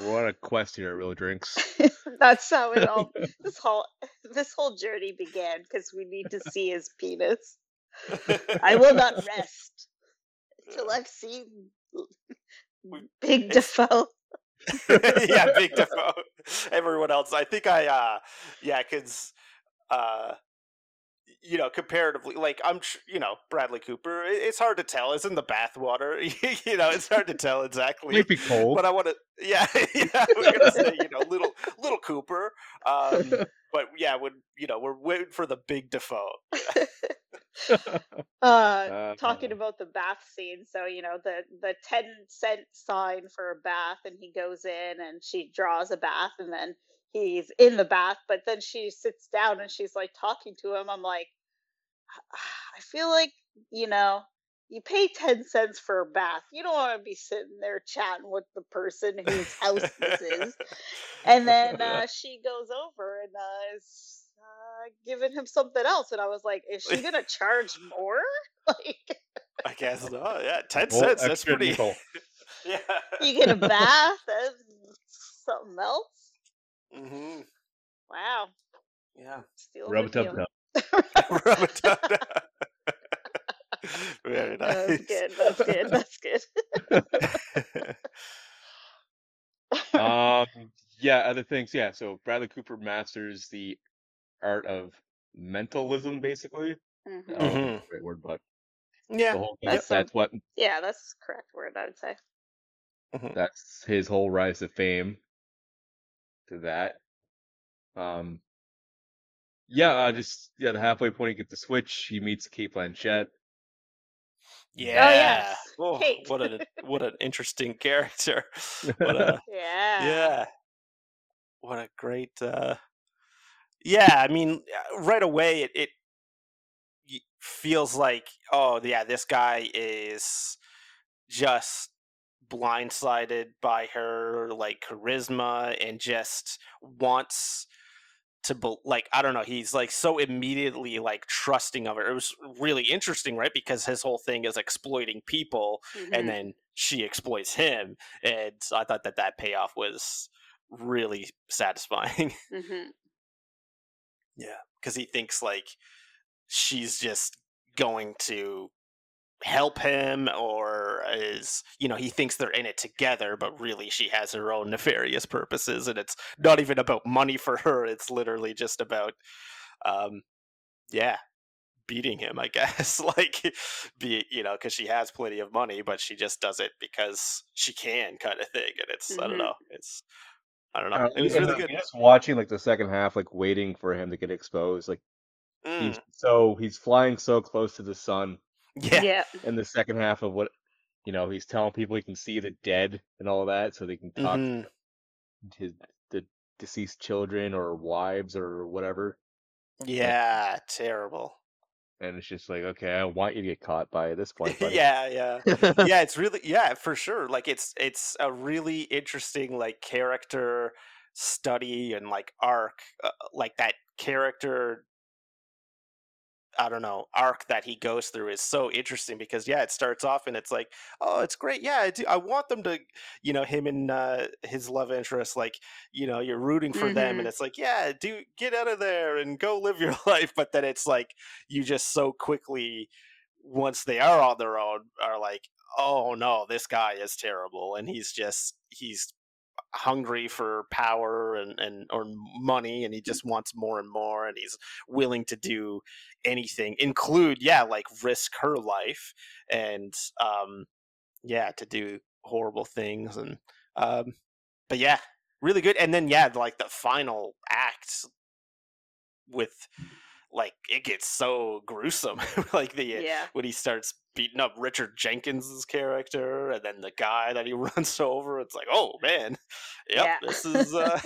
C: We're on a quest here, at real drinks.
E: That's how it all this whole this whole journey began because we need to see his penis. I will not rest until I've seen Big Defoe.
D: yeah, Big Defoe. Everyone else, I think I, uh, yeah, because, uh, you know, comparatively, like I'm, tr- you know, Bradley Cooper. i- It's hard to tell. It's in the bathwater. you know, it's hard to tell exactly.
C: Might be cold.
D: But I want to, yeah, yeah, we're gonna say, you know, little little Cooper. Um, but yeah, when you know, we're waiting for the Big Defoe.
E: Uh,
C: Uh,
E: talking about the bath scene, so you know the the ten cent sign for a bath, and he goes in and she draws a bath, and then he's in the bath, but then she sits down and she's like talking to him. I'm like, I feel like you know you pay ten cents for a bath, you don't want to be sitting there chatting with the person whose house this is. And then uh, she goes over and uh, is uh, giving him something else. And I was like, is she going to charge more? Like,
D: I guess not. Yeah, ten
C: whole
D: cents. That's
C: extra
D: pretty.
C: nickel.
D: Yeah.
E: you get a bath and something else?
D: hmm
E: Wow.
D: Yeah.
E: Steal
C: Rub it up,
D: Rub it down. Very
E: That's
D: nice.
E: good. That's good. That's good.
C: Um, yeah, other things. Yeah, so Bradley Cooper masters the art of mentalism, basically.
E: Mhm.
C: I don't know if
D: Mhm.
C: that's the right word, but the
D: Yeah. Oh,
C: whole
E: that's
C: that's,
E: some-
C: that's what
E: Yeah, that's the correct word. I would say.
C: that's his whole rise to fame. To that, um, yeah, uh, just yeah, the halfway point, he gets the switch. He meets Kate Blanchett.
D: Yeah.
E: yes.
D: Oh,
E: Kate.
D: what an what an interesting character. What a
E: Yeah.
D: yeah. What a great uh Yeah, I mean uh, right away it, it y- feels like oh yeah, this guy is just blindsided by her like charisma and just wants to bel like I don't know. He's like so immediately like trusting of her. It was really interesting, right? Because his whole thing is exploiting people, and
E: Mhm.
D: then she exploits him. And I thought that that payoff was really satisfying
E: Mhm.
D: because he thinks like she's just going to help him or is you know he thinks they're in it together but really she has her own nefarious purposes and it's not even about money for her it's literally just about um yeah beating him i guess like be you know because she has plenty of money but she just does it because she can kind of thing and it's i
E: Mhm.
D: don't know it's i don't know
C: Uh,
D: it was
C: and
D: really
C: I'm
D: good
C: Just watching like the second half, like waiting for him to get exposed. Like
D: Mm,
C: he's so he's flying so close to the sun
D: yeah
E: Yeah.
C: in the second half of what you know he's telling people he can see the dead and all that, so they can talk
D: Mhm.
C: to his the deceased children or wives or whatever.
D: yeah terrible
C: And it's just like, okay, I want you to get caught by this point. buddy.
D: yeah yeah yeah it's really yeah for sure like it's it's a really interesting like character study and like arc uh, like that character i don't know arc that he goes through is so interesting because yeah it starts off and it's like oh it's great yeah i do i want them to you know him and uh his love interest like you know you're rooting for them and it's like yeah do get out of there and go live your life but then it's like you just so quickly once they are on their own are like oh no this guy is terrible and he's just he's hungry for power and, and or money and he just wants more and more and he's willing to do anything include yeah like risk her life and um yeah to do horrible things and um but yeah really good and then yeah like the final act with like it gets so gruesome like the
E: Yeah.
D: when he starts beating up Richard Jenkins's character and then the guy that he runs over. It's like, oh man, yep,
E: Yeah.
D: this is uh,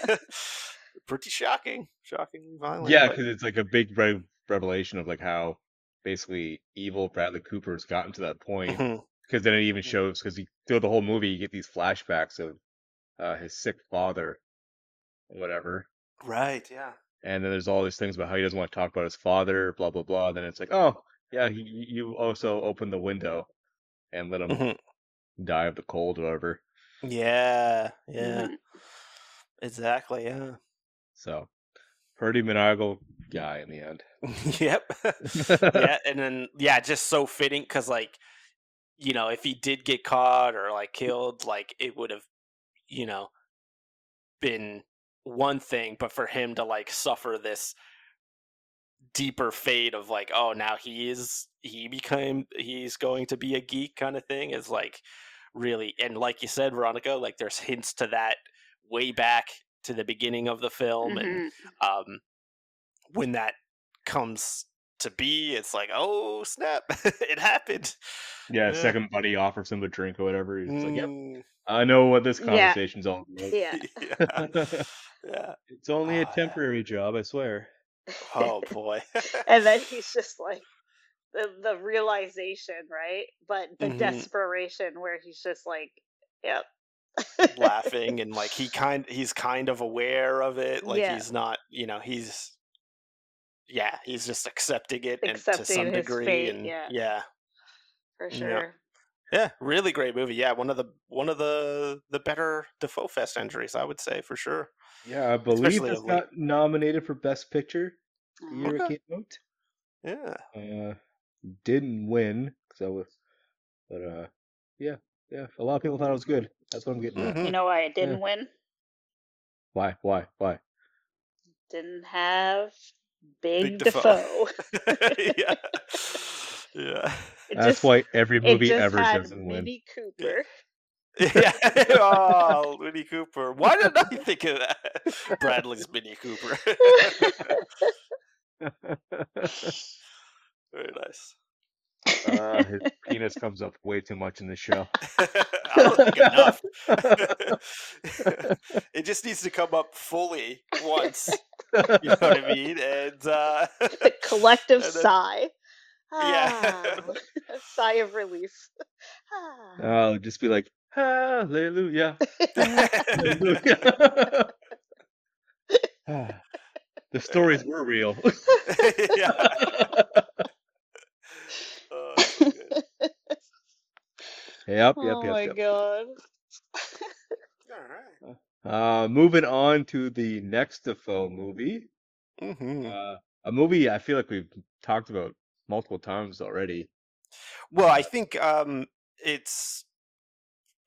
D: pretty shocking, shockingly violent.
C: yeah,
D: but-
C: because it's like a big re- revelation of like how basically evil Bradley Cooper has gotten to that point.
D: Mhm.
C: Because then it even shows because through the whole movie you get these flashbacks of uh, his sick father, and whatever.
D: right, yeah,
C: And then there's all these things about how he doesn't want to talk about his father, blah blah blah. Then it's like, oh yeah, he, you also opened the window and let him
D: Mhm.
C: die of the cold, or whatever.
D: yeah, yeah,
E: Mhm.
D: exactly, yeah.
C: So, pretty maniacal guy in the end.
D: yep. yeah, and then yeah, just so fitting because like, you know, if he did get caught or like killed, like it would have, you know, been one thing, but for him to like suffer this deeper fate of like, oh, now he is he became he's going to be a geek kind of thing is like really and like you said, Veronica, like there's hints to that way back to the beginning of the film and
E: Mhm.
D: um, when that comes to be, it's like, oh snap, it happened.
C: Yeah,
D: Yeah.
C: second buddy offers him a drink or whatever. He's just like, yep,
D: Mm,
C: I know what this
E: Yeah.
C: conversation's all about.
E: mm-hmm. Yeah.
D: yeah. yeah.
C: It's only a
D: Ah, yeah.
C: temporary job, I swear.
D: Oh boy.
E: and then he's just like the the realization, right? But the
D: Mhm.
E: desperation where he's just like, yep.
D: laughing and like he kind he's kind of aware of it. Like
E: Yeah.
D: he's not, you know, he's yeah, he's just accepting it and to
E: Accepting
D: some
E: his
D: degree.
E: fate,
D: and
E: yeah.
D: yeah.
E: For
D: Yeah.
E: sure.
D: Yeah, really great movie. Yeah, one of the one of the the better Defoe Fest entries, I would say for sure.
C: Yeah, I
D: Especially of late.
C: nominated for Best Picture
E: Oh.
D: Okay.
C: came out.
D: Yeah.
C: Uh, didn't win because I was, but uh,
E: Mm-hmm.
C: yeah, yeah. A lot of people thought it was good. That's what I'm getting at.
D: Mhm.
E: You know why it didn't win?
C: Why? Why? Why?
E: Didn't have
D: Big
E: Big, Defoe.
D: Defoe. yeah. Yeah.
E: It
C: That's
E: just-
C: why every
E: it
C: movie
E: just
C: ever
E: had
C: doesn't win.
E: Minnie Cooper.
D: yeah. Oh, Minnie Cooper. Why did I think of that? Bradley's Minnie Cooper. Very nice.
C: uh, his penis comes up way too much in this show.
D: I don't think enough. it just needs to come up fully once. You know what I mean? And uh,
E: the collective
D: And then-
E: sigh.
D: Yeah.
E: Ah, a sigh of relief. Ah.
C: I'll Oh, just be like, Hallelujah. Hallelujah. Ah, the stories were real.
D: yeah. Oh, that's good.
C: Yep, yep,
E: oh my
C: yep. yep.
E: god.
D: All
C: Uh, moving on to the next Defoe movie,
D: right. Mm-hmm.
C: uh, a movie I feel like we've talked about multiple times already.
D: Well, I think um, it's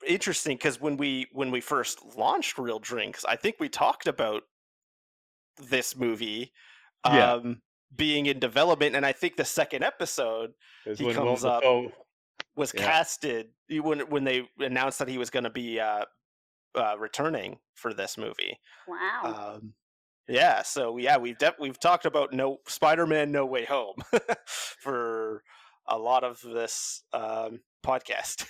D: interesting because when we when we first launched Real Drinks, I think we talked about this movie um,
C: Yeah.
D: being in development, and I think the second episode
C: Is
D: He
C: when Willem
D: comes up.
C: Dafoe-
D: was
C: Yeah.
D: casted when when they announced that he was going to be uh, uh, returning for this movie.
E: Wow.
D: Um, yeah, so yeah, we've def- we've talked about no Spider-Man No Way Home for a lot of this um, podcast.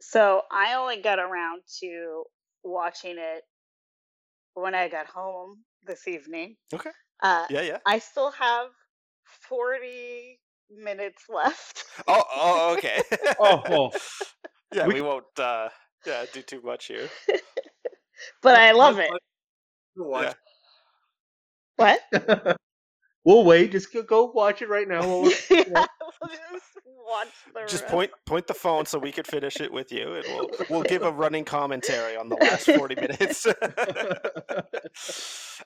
E: so I only got around to watching it when I got home this evening.
D: Okay.
E: Uh,
D: Yeah, yeah.
E: I still have 40 minutes left.
D: Oh, oh, okay.
C: Oh, well,
D: yeah,
C: we
D: we,
C: can-
D: won't uh, yeah do too much here.
E: but I love it.
C: we'll watch.
E: What?
C: We'll wait. Just go, go watch it right now. We'll-
E: We'll just watch the
D: Just
E: rest.
D: point point the phone so we could finish it with you, and we'll we'll give a running commentary on the last forty minutes.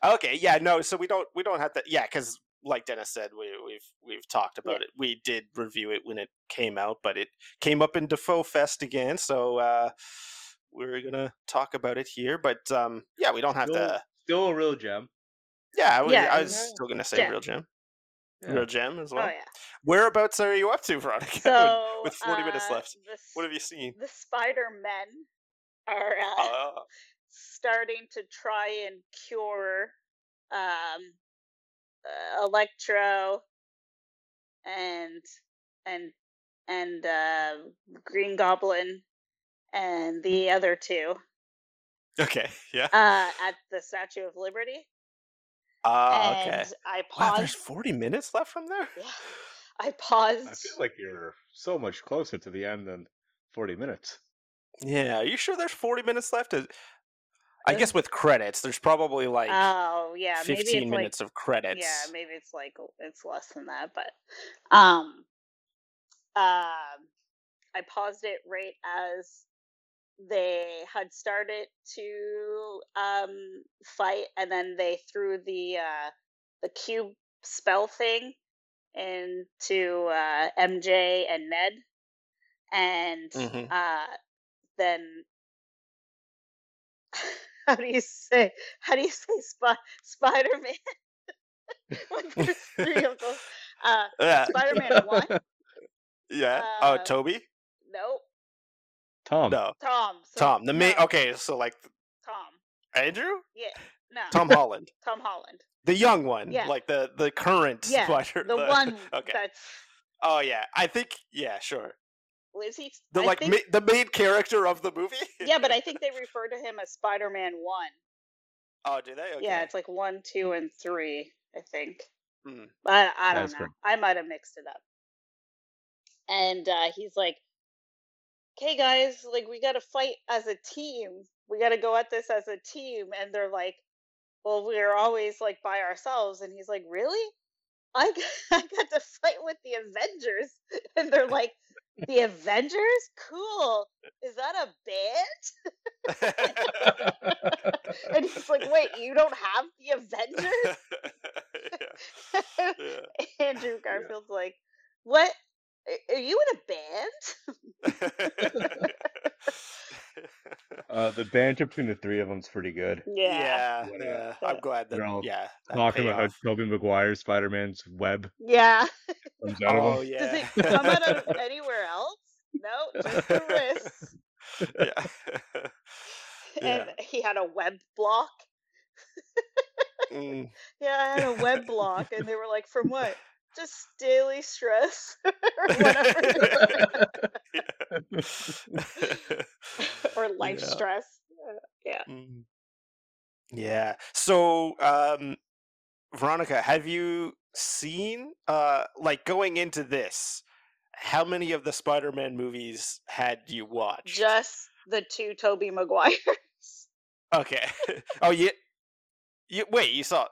D: okay, yeah, no, so we don't we don't have to yeah because like Dennis said we we've we've talked about it. We did review it when it came out, but it came up in Defoe Fest again, so uh, we're gonna talk about it here. But um, yeah, we don't have
C: Still-
D: to.
C: Still a real gem.
D: Yeah, I was,
E: Yeah,
D: I
E: and-
D: was still gonna say
E: Gem.
D: real gem.
C: Yeah.
D: Real gem as well.
E: Oh yeah.
D: Whereabouts are you up to, Veronica? When-
E: So
D: with 40 minutes
E: uh,
D: left.
E: The,
D: what have you seen?
E: The Spider Men are uh,
D: Uh,
E: starting to try and cure um, uh, Electro and and and uh, Green Goblin and the other two
D: okay, yeah.
E: uh, at the Statue of Liberty.
D: Ah, okay.
E: And I
D: Wow, there's
E: paused.
D: 40 minutes left from there?
E: Yeah, I
C: I
E: paused.
C: feel like you're so much closer to the end than 40 minutes.
D: Yeah, are you sure there's 40 minutes left? Is- I guess with credits, there's probably like
E: oh yeah, maybe
D: 15
E: it's like
D: minutes of credits.
E: Yeah, maybe it's like it's less than that, but um um I paused it right as they had started to um fight and then they threw the uh the cube spell thing into uh MJ and Ned and
D: Mhm.
E: uh then how do you say how do you say spy Spider Man when there's three of them. Uh,
D: Yeah.
E: Spider Man one.
D: yeah. Oh,
E: uh,
D: Toby?
E: Nope.
C: Tom.
D: No.
E: Tom. So
D: Tom. The main.
E: no,
D: Okay, so like
E: Tom.
D: Andrew?
E: Yeah. No.
D: Tom Holland.
E: Tom Holland.
D: The young one.
E: Yeah.
D: Like the, the current
E: Yeah,
D: spider. uh,
E: The one
D: Okay.
E: that's
D: Oh, yeah. I think. Yeah, sure.
E: was he?
D: The
E: I
D: like
E: think-
D: ma- the main character of the movie.
E: yeah, but I think they refer to him as Spider Man one.
D: Oh, do they? Okay.
E: Yeah, it's like one, two, and three. I think.
D: Mm.
E: But I, I don't
C: That's
E: know.
C: correct.
E: I might have mixed it up. And uh, he's like, "Okay, guys, like we got to fight as a team. We got to go at this as a team." And they're like, "Well, we're always like by ourselves." And he's like, "Really? I got, I got to fight with the Avengers." And they're like, "The Avengers? Cool. Is that a band?" And he's like, "Wait, you don't have the Avengers?"
D: yeah. yeah.
E: Andrew Garfield's like, "What? A- Are you in a band?"
C: Uh, Uh, the banter between the three of them's pretty good.
E: Yeah.
D: yeah,
C: Whatever.
D: yeah. I'm glad
C: They're
D: that.
C: all
D: Yeah, that
C: Talking about how
D: payoff.
C: Tobey Maguire's Spider Man's web
E: Yeah.
C: comes out of
D: Oh
C: him.
D: yeah.
E: Does it come out of anywhere else? No, just the wrist.
D: yeah.
E: And he had a web block.
D: Mm,
E: Yeah, I had a web block, and they were like, "From what?" Just daily stress, or whatever, or life
D: Yeah.
E: stress.
D: Mm. Yeah. So, um, Veronica, have you seen, uh, like going into this, how many of the Spider-Man movies had you watched?
E: Just the two Toby Maguires.
D: Okay. oh, you, you wait. You saw,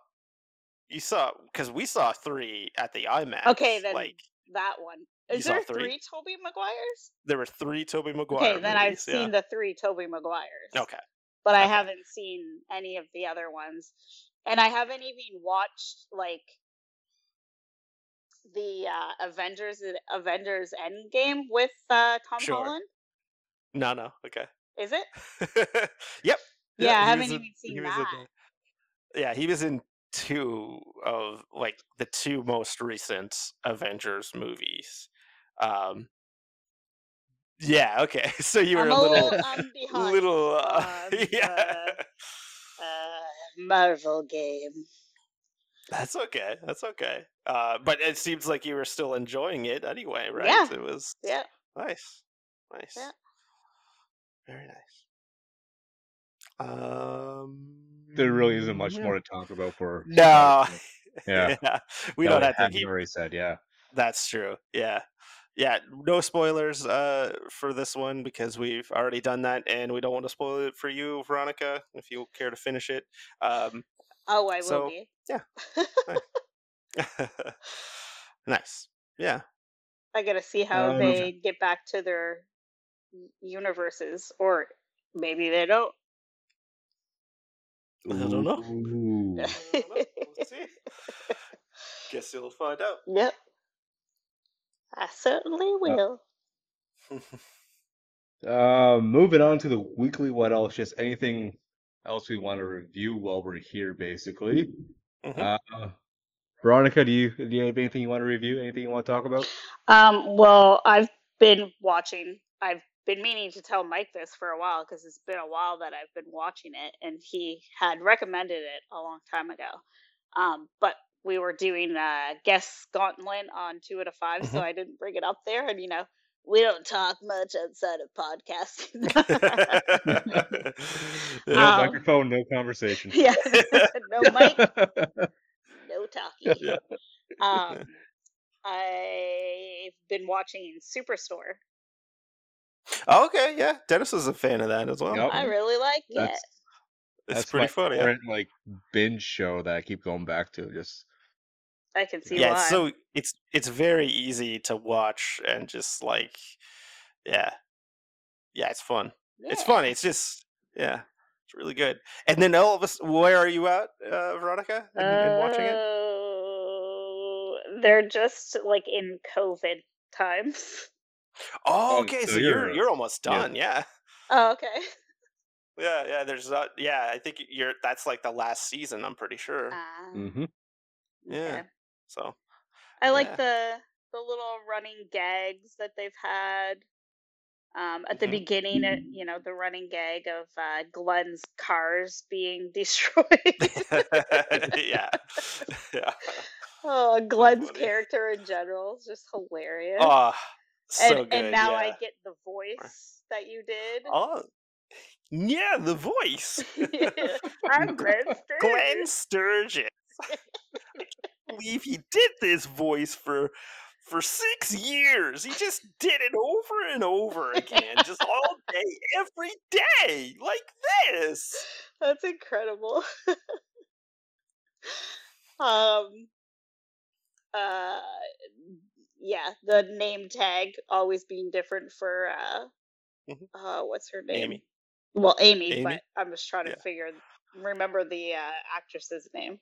D: you saw because we saw three at the IMAX.
E: Okay, then
D: like
E: that one.
D: You
E: Is
D: saw
E: there
D: three?
E: three Toby Maguires?
D: there were three Toby Maguire.
E: Okay, then I've
D: movies, yeah.
E: seen the three Toby Maguires.
D: Okay.
E: but I
D: Okay.
E: haven't seen any of the other ones, and I haven't even watched like the uh, Avengers Avengers Endgame with uh, Tom
D: Sure.
E: Holland.
D: No, no. Okay.
E: Is it?
D: yep.
E: Yeah, I
D: he
E: haven't
D: was
E: even seen
D: he was in
E: that.
D: the- yeah, he was in two of like the two most recent Avengers movies. Um Yeah, okay. So you were
E: I'm
D: a little
E: I'm behind
D: little uh,
E: on
D: yeah.
E: the, uh, Marvel game.
D: That's okay. That's okay. Uh but it seems like you were still enjoying it anyway, right?
E: Yeah.
D: It was
E: Yeah,
D: Nice. Nice.
E: Yeah.
D: Very nice. Um hmm.
C: There really isn't much
D: yeah.
C: more to talk about for.
D: No.
C: Yeah.
D: We
C: Kelly
D: don't have to
C: Hagen
D: keep
C: already said, yeah.
D: That's true. Yeah. Yeah, no spoilers uh for this one because we've already done that and we don't want to spoil it for you, Veronica, if you care to finish it. Um
E: oh, I will
D: So,
E: be.
D: yeah. Nice. Yeah.
E: I gotta see how
C: Um,
E: they get back to their universes, or maybe they don't.
D: I don't know.
C: Ooh.
D: Guess you'll find out.
E: Yep. I certainly will.
C: Uh, moving on to the weekly what else, just anything else we want to review while we're here, basically.
D: Mhm.
C: Uh, Veronica, do you do you have anything you want to review? Anything you want to talk about?
E: Um, well, I've been watching. I've been meaning to tell Mike this for a while because it's been a while that I've been watching it, and he had recommended it a long time ago. Um, but we were doing a guest gauntlet on two out of 5 so I didn't bring it up there. And you know, we don't talk much outside of podcasting.
C: No
E: Um,
C: microphone, no conversation.
E: yeah, no Mike, no talkie.
D: Yeah.
E: Um, I've been watching Superstore.
D: Oh, okay, yeah. Dennis is a fan of that as well.
C: Yep.
E: I really like it.
C: That's-
D: It's
C: That's
D: pretty
C: my
D: funny. yeah.
C: current, like binge show that I keep going back to. Just
E: I can see
D: yeah,
E: why.
D: it's so it's it's very easy to watch and just like yeah. Yeah, it's fun. It's
E: Yeah.
D: fun. It's just yeah, it's really good. And then all of us, where are you at, uh, Veronica? And, and watching
E: Uh,
D: it?
E: Oh, they're just like in COVID times.
D: Oh,
E: mm,
C: oh,
D: okay.
C: so
D: So you're
C: you're-
D: you're almost
C: yeah.
D: done. Yeah,
E: Oh, okay.
D: yeah, yeah. There's not. Yeah, I think you're. That's like the last season. I'm pretty sure. Mm,
E: Ah,
D: Mm-hmm.
C: hmm
D: yeah.
E: okay.
D: So
E: I like
D: yeah.
E: the the little running gags that they've had. Um, at the
D: Mhm.
E: beginning, uh, you know, the running gag of uh, Glenn's cars being destroyed.
D: yeah, yeah.
E: oh, Glenn's
D: funny.
E: character in general is just hilarious.
D: Oh, so
E: and,
D: good.
E: and now
D: yeah.
E: I get the voice that you did.
D: Oh, yeah. The voice.
E: I'm Glenn Sturges.
D: Glenn Sturgis. I can't believe he did this voice for for six years. He just did it over and over again, just all day, every day, like this.
E: That's incredible. um uh yeah, the name tag always being different for uh
D: Mhm.
E: uh what's her name?
D: Amy.
E: Well, Amy,
D: Amy?
E: but I'm just trying to
D: Yeah.
E: figure remember the uh actress's name.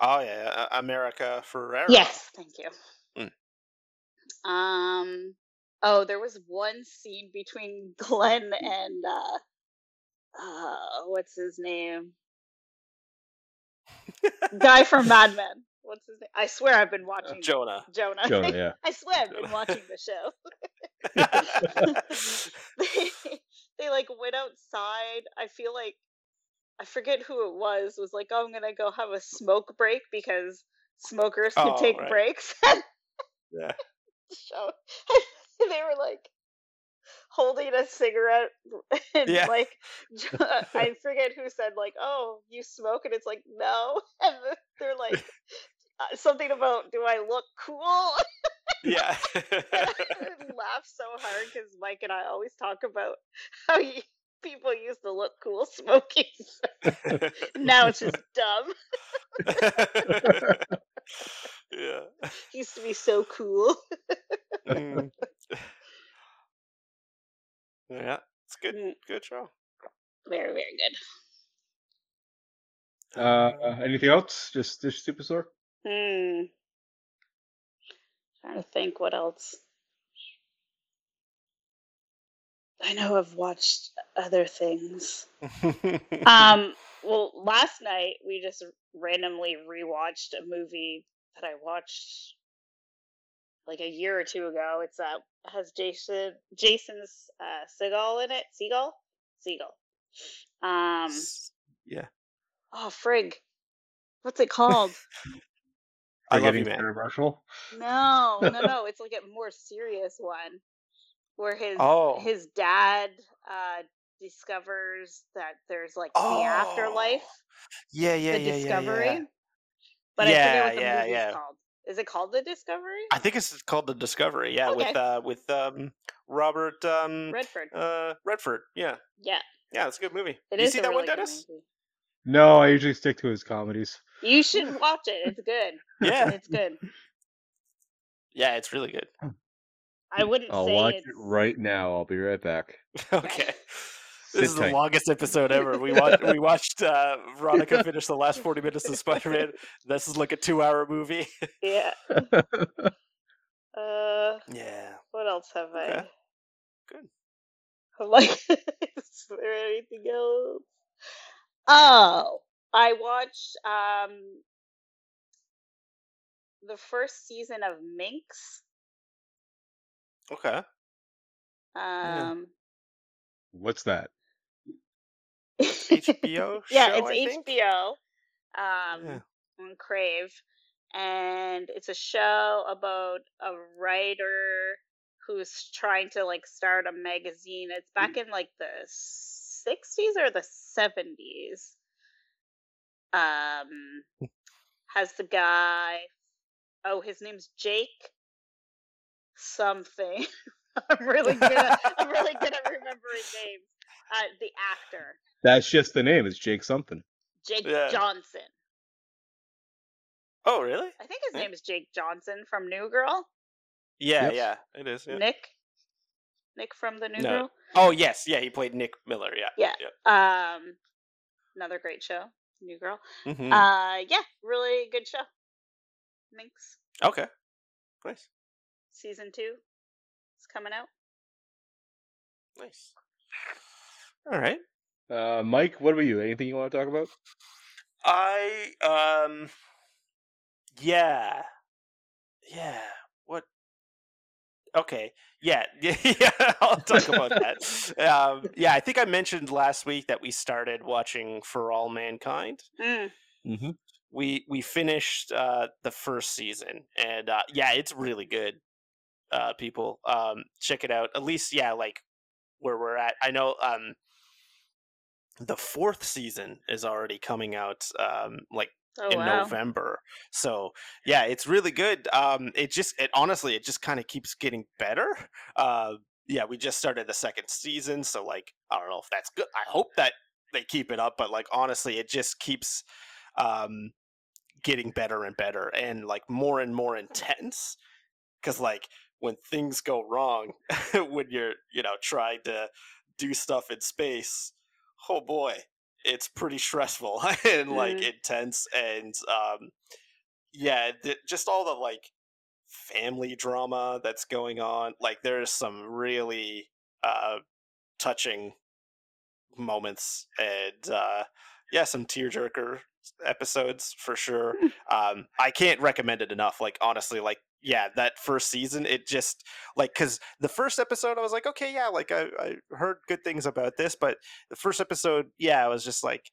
D: Oh yeah, uh, America Ferrera.
E: Yes, thank you.
C: Mm.
E: Um oh, there was one scene between Glenn and uh uh, what's his name? Guy from Mad Men. What's his name? I swear I've been watching
D: Jonah.
E: Jonah.
C: Jonah, yeah.
E: I swear I've been
D: Jonah.
E: watching the show.
D: yeah,
E: they, they like went outside. I feel like I forget who it was. Was like, oh, I'm gonna go have a smoke break because smokers can
D: Oh,
E: take
D: right.
E: breaks.
D: Yeah.
E: So they were like holding a cigarette and
D: Yeah.
E: like I forget who said like, oh, you smoke, and it's like no, and they're like uh, something about do I look cool? laugh so hard because Mike and I always talk about how you, people used to look cool smoking. now it's just dumb.
D: yeah.
E: Used to be so cool.
D: Mm. yeah, it's good.
E: Mm.
D: Good show.
E: Very, very good.
C: Uh, uh, anything else? Just just Superstore?
E: Hmm. Trying to think what else. I know I've watched other things. um well last night we just randomly rewatched a movie that i watched like a year or two ago it's uh has jason jason's uh seagal in it seagal seagal um
D: yeah,
E: oh frig what's it called
D: I love you,
C: Forgetting
D: man.
C: Sarah Marshall?
E: no no no it's like a more serious one where his
D: Oh,
E: his dad uh discovers that there's like
D: Oh.
E: the afterlife
D: yeah, yeah,
E: the
D: yeah, yeah,
E: discovery.
D: Yeah, yeah.
E: But I
D: Yeah,
E: forget what the
D: yeah,
E: movie's
D: yeah.
E: called. Is it called The Discovery?
D: I think it's called the Discovery. Yeah, with
E: Okay.
D: uh, with um, Robert um,
E: Redford.
D: uh, Redford. Yeah,
E: Yeah,
D: yeah, it's a good movie.
E: it is
D: you see
E: a
D: that
E: really
D: one,
E: good
D: Dennis?
E: movie.
C: No, I usually stick to his comedies.
E: You should watch it. It's good.
D: Yeah,
E: It's good.
D: yeah, it's really good.
E: I wouldn't
C: I'll
E: say
C: watch
E: it's
C: it right now. I'll be right back.
D: Okay.
C: Sit
D: This is the
C: tight.
D: longest episode ever. We watched we watched uh, Veronica finish the last forty minutes of Spider Man. This is like a two hour movie.
E: Yeah. Uh,
D: Yeah.
E: what else have I?
D: Okay. Good.
E: I'm like, is there anything else? Oh, I watched um the first season of Minx.
D: Okay. Oh, Yeah.
E: Um,
C: What's that?
D: HBO
E: yeah,
D: show, I
E: it's
D: think?
E: HBO um,
D: Yeah.
E: on Crave, and it's a show about a writer who's trying to like start a magazine. It's back
D: Mm.
E: in like the sixties or the seventies. Um,
D: Hmm.
E: has the guy? Oh, his name's Jake. Something. I'm really good. At, I'm really good at remembering names. Uh, the actor.
C: That's just the name. It's Jake something.
E: Jake
D: Yeah.
E: Johnson.
D: Oh, really?
E: I think his
D: Yeah.
E: name is Jake Johnson from New Girl.
D: Yeah,
C: Yes.
D: yeah, it is. yeah.
E: Nick. Nick from the New
D: No.
E: Girl.
D: Oh, yes, yeah, he played Nick Miller. Yeah,
E: Yeah. Um, another great show, New Girl.
D: Mhm.
E: Uh, yeah, really good show. Minx
D: okay, nice,
E: season two is coming out.
D: nice. All right.
C: Uh, Mike, what about you? Anything you want to talk about?
D: I um yeah. Yeah. What Okay. Yeah. Yeah, I'll talk about that. um yeah, I think I mentioned last week that we started watching For All Mankind.
E: Mm.
C: Mm-hmm.
D: We we finished uh the first season and uh yeah, it's really good. Uh people um check it out. At least yeah, like where we're at. I know um the fourth season is already coming out um like
E: Oh
D: in
E: wow.
D: November. So yeah, it's really good. Um, it just it honestly it just kind of keeps getting better. Uh, yeah, we just started the second season, so like I don't know if that's good. I hope that they keep it up, but like honestly, it just keeps um, getting better and better and like more and more intense. Because like when things go wrong, when you're you know trying to do stuff in space, oh boy, it's pretty stressful and like
E: Mhm.
D: intense and um yeah th- just all the like family drama that's going on like there's some really uh touching moments and uh, yeah, some tearjerker episodes for sure. Um, I can't recommend it enough. Like honestly, like yeah, that first season, it just like because the first episode, I was like, okay, yeah, like I, I heard good things about this, but the first episode, yeah, I was just like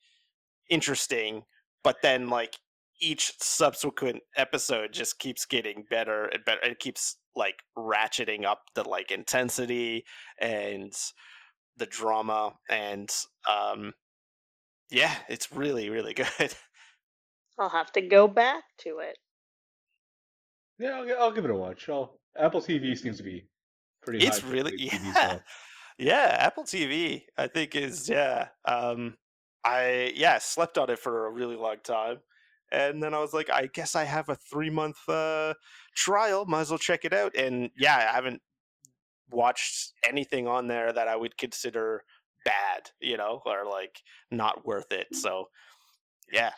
D: interesting, but then like each subsequent episode just keeps getting better and better. It keeps like ratcheting up the like intensity and the drama and um yeah, it's really really good.
E: I'll have to go back to it.
C: Yeah, I'll, gi- I'll give it a watch. I'll, Apple TV seems to be pretty.
D: It's
C: high for
D: really-
C: the TV
D: yeah.
C: stuff.
D: Yeah, Apple TV, I think is yeah. Um I yeah, slept on it for a really long time. And then I was like, I guess I have a three month uh trial, might as well check it out. And yeah, I haven't watched anything on there that I would consider bad, you know, or like not worth it. So yeah.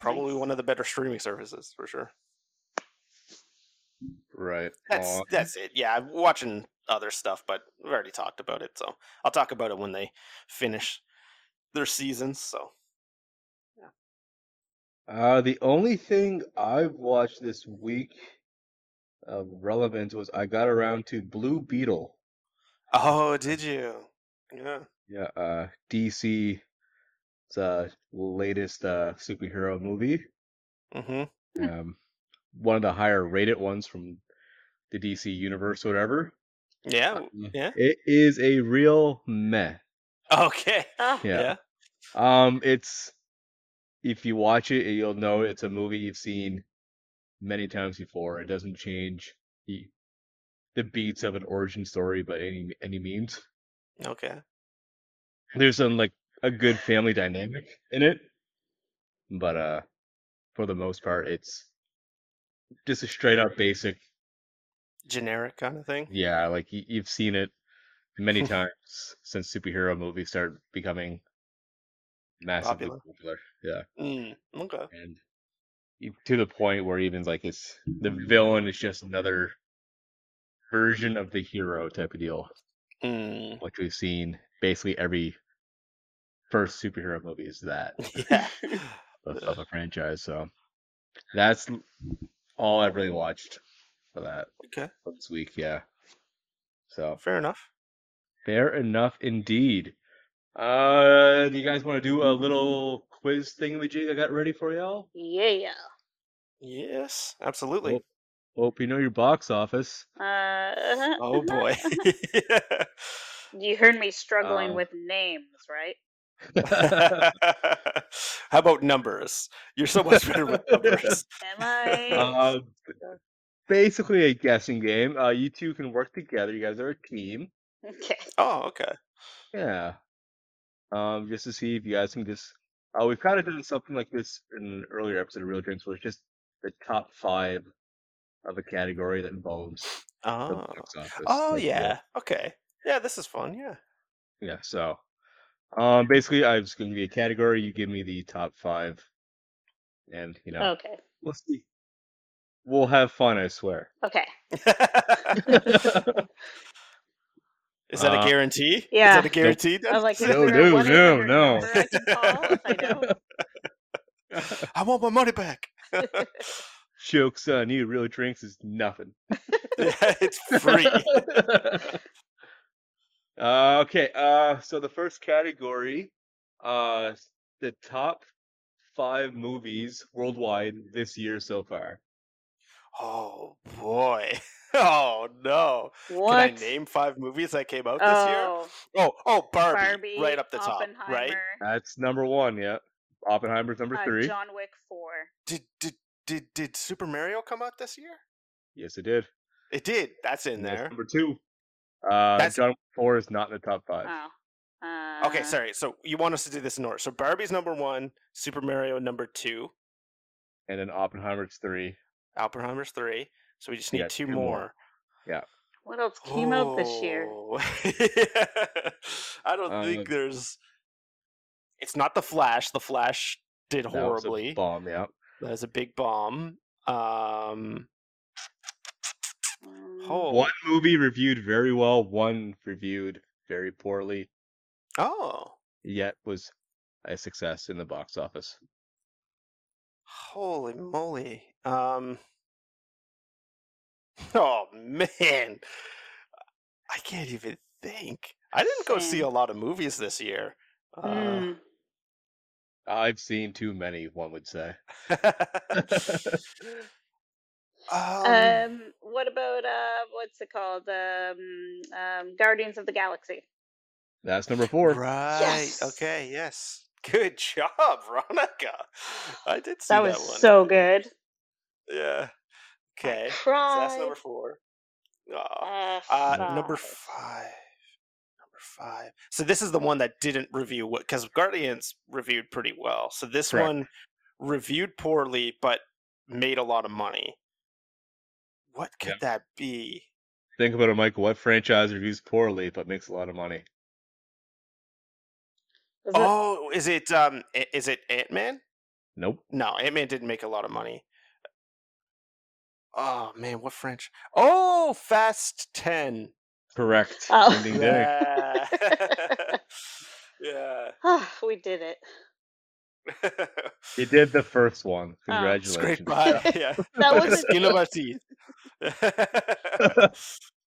D: Probably one of the better streaming services for sure.
C: Right.
D: That's
C: Aw.
D: that's it. Yeah, I'm watching other stuff, but we've already talked about it, so I'll talk about it when they finish their seasons. So
C: Uh, the only thing I've watched this week of relevance was I got around to Blue Beetle.
D: Oh, did you? Yeah.
C: Yeah, uh, DC, it's uh, latest uh, superhero movie.
D: Mm-hmm.
B: Hmm.
C: Um, one of the higher rated ones from the DC universe, or whatever. Uh,
D: Yeah. Oh, yeah.
C: It is a real meh.
D: Okay.
E: Ah,
C: Yeah.
D: Yeah.
C: Um, it's if you watch it, you'll know it's a movie you've seen many times before. It doesn't change the the beats of an origin story by any any means.
D: Okay.
C: There's some like a good family dynamic in it, but uh, for the most part, it's just a straight up basic.
D: Generic kind of thing.
C: Yeah, like y- you've seen it many times since superhero movies started becoming massively
D: Popular.
C: popular. Yeah.
D: Mm, okay.
C: and e- to the point where even like it's the villain is just another version of the hero type of deal,
D: Mm,
C: which we've seen basically every first superhero movie is that
D: yeah.
C: of, of a franchise. So that's l- all I've really watched for that
D: okay.
C: for this week. Yeah. So
D: Fair enough.
C: fair enough indeed. Uh, do you guys want to do a little quiz thingamajig I got ready for y'all?
E: yeah.
D: Yes. Absolutely.
C: Hope you know your box office.
E: Uh,
D: Oh boy.
E: you heard me struggling
D: Um.
C: Uh,
E: with names, right?
D: How about numbers? You're so much better with numbers.
E: Am I?
C: Uh, basically a guessing game. Uh, you two can work together. You guys are a team.
E: okay.
D: Oh, okay.
C: Yeah. Um, just to see if you guys can just. Uh, we've kind of done something like this in an earlier episode of Real Drinks, where it's just the top five of a category that involves. the
D: Oh.
C: box office.
D: Oh
C: Like,
D: yeah. Okay. Yeah, this is fun. Yeah.
C: Yeah. So, um, basically, I'm just going to be a category. You give me the top five, and you know,
E: Okay.
C: we'll see. We'll have fun. I swear.
E: Okay.
D: Is that
C: Uh,
D: a guarantee? Is
E: Yeah.
D: that a guarantee?
E: I'm like,
C: No,
E: is there a
C: no,
E: one
C: no,
E: 800
C: no.
E: number I can call if I know.
D: I want my money back. yeah,
C: Jokes on you. Real drinks is nothing.
D: it's free.
C: uh, okay, uh, so the first category, uh, s- the top five movies worldwide this year so far.
D: Oh boy. Oh no.
E: What?
D: Can I name five movies that came out this year?
E: oh,
D: Oh, oh, Barbie,
E: Barbie,
D: right up the top, right?
E: Oppenheimer,
C: That's number one. Yeah, Oppenheimer's number
E: uh,
C: three.
E: John Wick 4.
D: Did did did did Super Mario come out this year?
C: Yes, it did.
D: It did. That's in
C: And that's
D: there.
C: number two. Uh,
D: That's-
C: John Wick Four is not in the top five.
E: Oh. Uh,
D: Okay, sorry. So you want us to do this in order? So Barbie's number one, Super Mario number two,
C: and then Oppenheimer's three.
D: Oppenheimer's three. So we just need
C: Yeah,
D: two,
C: two more.
D: more.
E: What else came out this year?
D: Oh. I don't
C: Um,
D: think there's. It's not the Flash. The Flash did
C: That was a
D: horribly.
C: bomb. Yeah.
D: That was a big bomb. Um,
E: Mm,
D: oh,
C: One movie reviewed very well. One reviewed very poorly.
D: Oh,
C: yet was a success in the box office.
D: Holy moly. Um Oh man. I can't even think. I didn't go see
E: Same.
D: a lot of movies this year. Uh,
E: Mm.
C: I've seen too many, one would say.
D: um,
E: Um, what about uh, what's it called? Um, um, Guardians of the Galaxy.
C: That's number four.
D: right.
E: Yes.
D: Okay, yes. Good job, Veronica. I did see that,
E: That was
D: one.
E: so good.
D: yeah. Okay. So
E: Cried.
D: that's number four. Aw.
E: Uh,
D: Uh,
E: five.
D: number five. Number five. So this is the one that didn't review what because Guardians reviewed pretty well. So this
C: Correct.
D: one reviewed poorly but made a lot of money. What could
C: Yep.
D: that be?
C: Think about it, Michael. What franchise reviews poorly but makes a lot of money?
E: Is it-
D: Oh, is it um i- is it Ant Man?
C: Nope.
D: No, Ant Man didn't make a lot of money. Oh man, what French? Oh, Fast Ten.
C: Correct.
E: Oh.
C: Ding, ding, ding.
D: Yeah. yeah.
E: Ah, we did it.
C: You did the first one.
E: Oh.
D: Scrape
C: Congratulations.
D: by. Yeah.
E: That
D: by the
E: wasn't
D: skin of
E: it.
D: our teeth.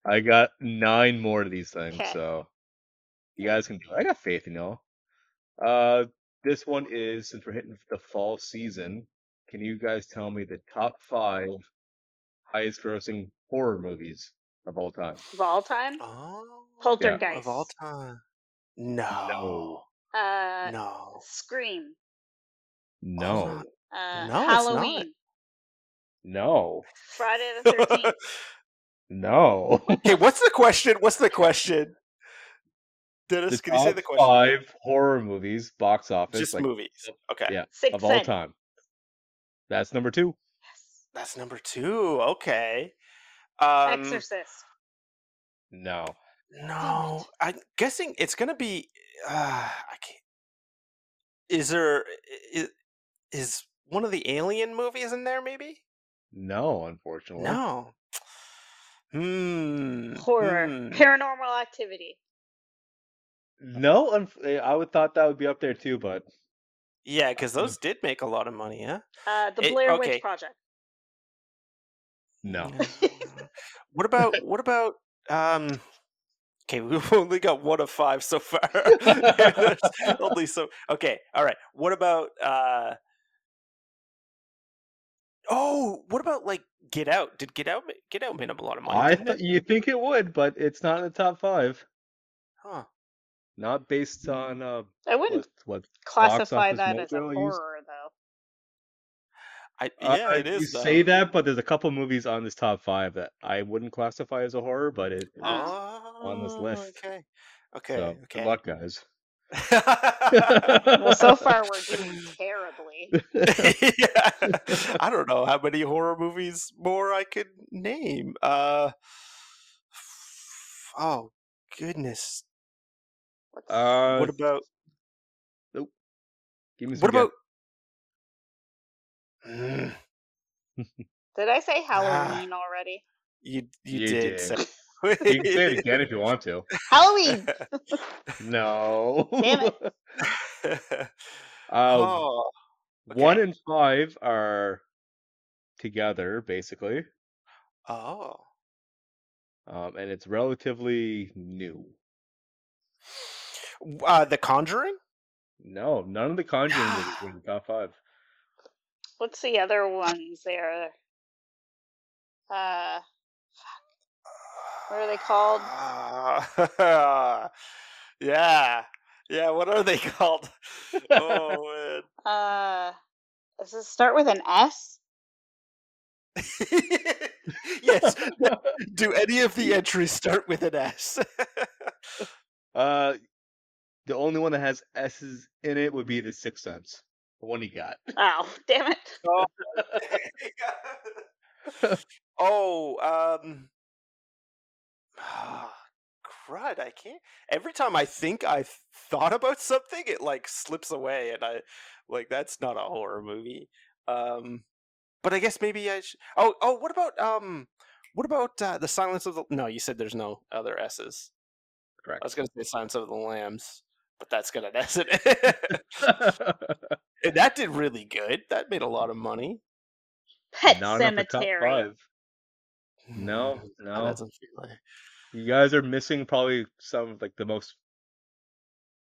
C: I got nine more of these things,
E: Okay.
C: so you guys can do it. I got faith in y'all. Uh, this one is since we're hitting the fall season. Can you guys tell me the top five highest-grossing horror movies of all time?
E: Of all time,
D: oh,
E: Poltergeist.
D: of all time. No,
E: Uh,
D: no,
E: Scream.
C: No,
D: not-
E: Uh,
D: No, it's not.
E: Halloween.
C: no,
E: Friday the Thirteenth.
C: no.
D: Okay, what's the question? What's the question? Dennis,
C: The
D: can you say
C: top
D: the question?
C: five horror movies box office
D: Just
C: like,
D: movies. Okay,
C: Yeah.
E: Sixth
C: of all
E: Sense.
C: time. That's number two.
E: Yes.
D: that's number two. Okay. Um,
E: Exorcist.
C: No,
D: No, I'm guessing it's gonna be. Uh, I can't. Is there is, is one of the Alien movies in there? Maybe.
C: no, unfortunately.
D: No.
C: mm,
D: Hmm.
E: Horror.
D: hmm.
E: Paranormal Activity.
C: No, unf- eh, I would thought that would be up there too, but
D: Yeah, because
C: Hmm.
D: those did make a lot of money, huh?
E: Uh, the
D: It-
E: Blair
D: okay.
E: Witch Project.
C: no.
D: Yeah. Uh, what about what about um? Okay, we've only got one of five so far. There's only so okay. All right. What about uh? Oh, what about like Get Out? Did Get Out ma- Get Out made up a lot of money?
C: I
D: didn't
C: th-
D: it?
C: you think it would, but it's not in the top five.
D: Huh.
C: Not based on uh,
E: I wouldn't
C: what, what
E: classify
C: office
E: that as a
C: mojo, you s-
E: horror, though.
D: I,
C: Uh,
D: yeah, it is.
C: You say
D: though.
C: that, but there's a couple movies on this top five that I wouldn't classify as a horror, but it. it is.
D: Oh,
C: this list.
D: Okay. Okay.
C: so
D: okay.
C: good luck, guys.
E: Well, so far we're doing terribly.
D: yeah. I don't know how many horror movies more I could name. Uh, oh goodness!
E: What's...
C: Uh,
D: What about
C: give me some
D: what
C: guess-
D: about? Mm,
E: Did I say Halloween already?
D: you you,
C: You
D: did.
C: did.
D: Say.
C: You can say it again if you want to.
E: Halloween.
C: No.
E: Damn it.
C: Uh,
D: oh,
C: Um, One
D: okay.
C: and five are together, basically,
D: oh.
C: um, and it's relatively new.
D: W- Uh, the Conjuring.
C: No, none of the Conjuring movies were in the top five.
E: What's the other ones there? Uh, What are they called?
D: Ah, yeah, yeah. What are they called? oh man.
E: uh, does it start with an S?
D: yes. Do any of the entries start with an S?
C: Uh, the only one that has S's in it would be The Sixth Sense, the one he got.
E: Oh, damn it.
D: oh, um. Crud, I can't. Every time I think I've thought about something, it like slips away, and I like that's not a horror movie. Um, but I guess maybe I. Sh- oh, oh, what about um, what about uh, the Silence of the? No, you said there's no other S's. I
C: Correct.
D: was gonna say Silence of the Lambs, but that's gonna that's it. and that did really good. That made a lot of money.
E: Pet
C: Not in the top
E: Cemetery.
C: five. No,
D: That
C: no.
D: doesn't feel like-
C: You guys are missing probably some of like the most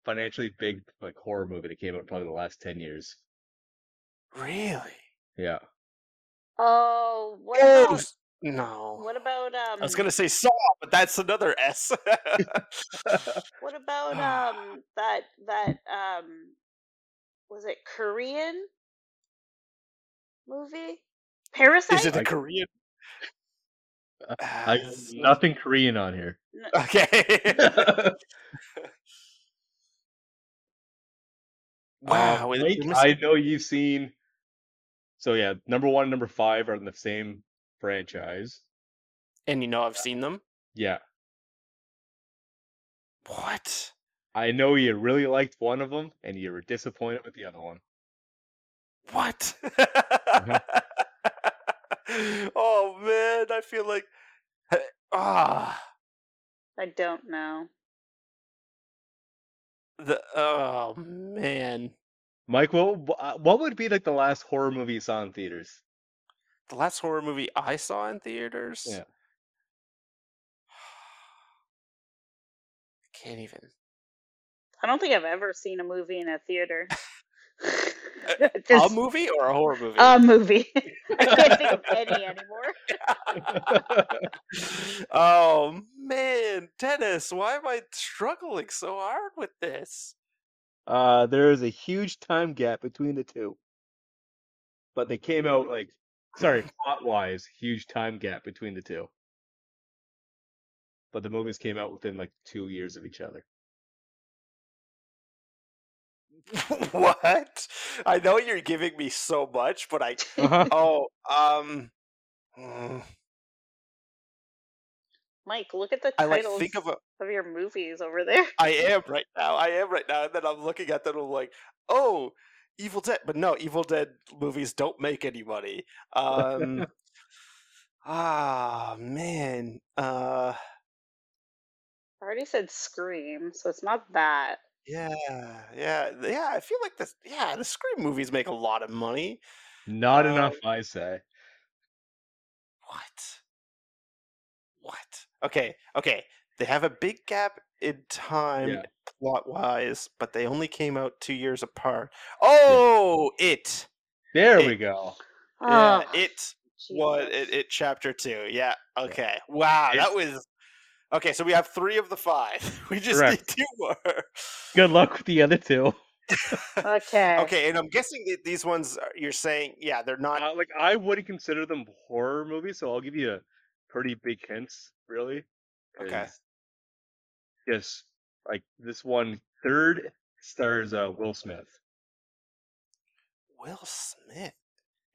C: financially big like horror movie that came out probably the last ten years.
D: Really?
C: Yeah.
E: Oh, what
D: Oh,
E: about
D: no.
E: what about um?
D: I was gonna say Saw, but that's another S.
E: What about
D: uh
E: um that that um was it Korean movie? Parasite?
D: Is it
C: I-
D: a Korean? Ah,
C: I nothing Korean on here.
D: Okay.
C: Uh,
D: wow. it-
C: Blake,
D: you're missing-
C: I know you've seen. So yeah, number one, and number five are in the same franchise.
D: and you know I've seen them.
C: Yeah,
D: What?
C: I know you really liked one of them, and you were disappointed with the other one.
D: What? oh man, I feel like eh, ah
E: I don't know.
D: the oh man.
C: Mike, what wh- uh, what would be like the last horror movie you saw in theaters?
D: The last horror movie I saw in theaters.
C: Yeah.
D: Can't even.
E: I don't think I've ever seen a movie in a theater.
D: Uh, a movie or a horror movie?
E: a movie. I can't think of any anymore.
D: oh man, Dennis, why am I struggling so hard with this?
C: Uh, there is a huge time gap between the two, but they came out like, sorry, plot wise, huge time gap between the two. But the movies came out within like two years of each other.
D: what? I know you're giving me so much, but I
C: Uh-huh.
D: oh um mm,
E: Mike, look at the
D: I like
E: titles
D: think of
E: of,
D: a
E: your movies over there.
D: I am right now. I am right now, and then I'm looking at that and I'm like, oh, Evil Dead. But no, Evil Dead movies don't make any money. Um, ah man. Uh
E: I already said Scream, so it's not that.
D: Yeah, yeah, yeah. I feel like this. Yeah, the Scream movies make a lot of money.
C: Not
D: Um,
C: enough, I say.
D: What? What? Okay, okay. They have a big gap in time
C: Yeah.
D: plot wise, but they only came out two years apart. Oh, it.
C: There
D: it-
C: we go.
D: Yeah,
E: Ah,
D: it was
E: Jesus.
D: it, it chapter two. Yeah. Okay. Wow, that was. Okay, so we have three of the five. We just
C: Correct.
D: need two more.
C: Good luck with the other two.
E: Okay.
D: Okay, and I'm guessing that these ones are- you're saying, yeah, they're not
C: Uh, like I wouldn't consider them horror movies, so I'll give you a pretty big hints, really.
D: Okay.
C: Yes, like this one third stars uh, Will Smith.
D: Will Smith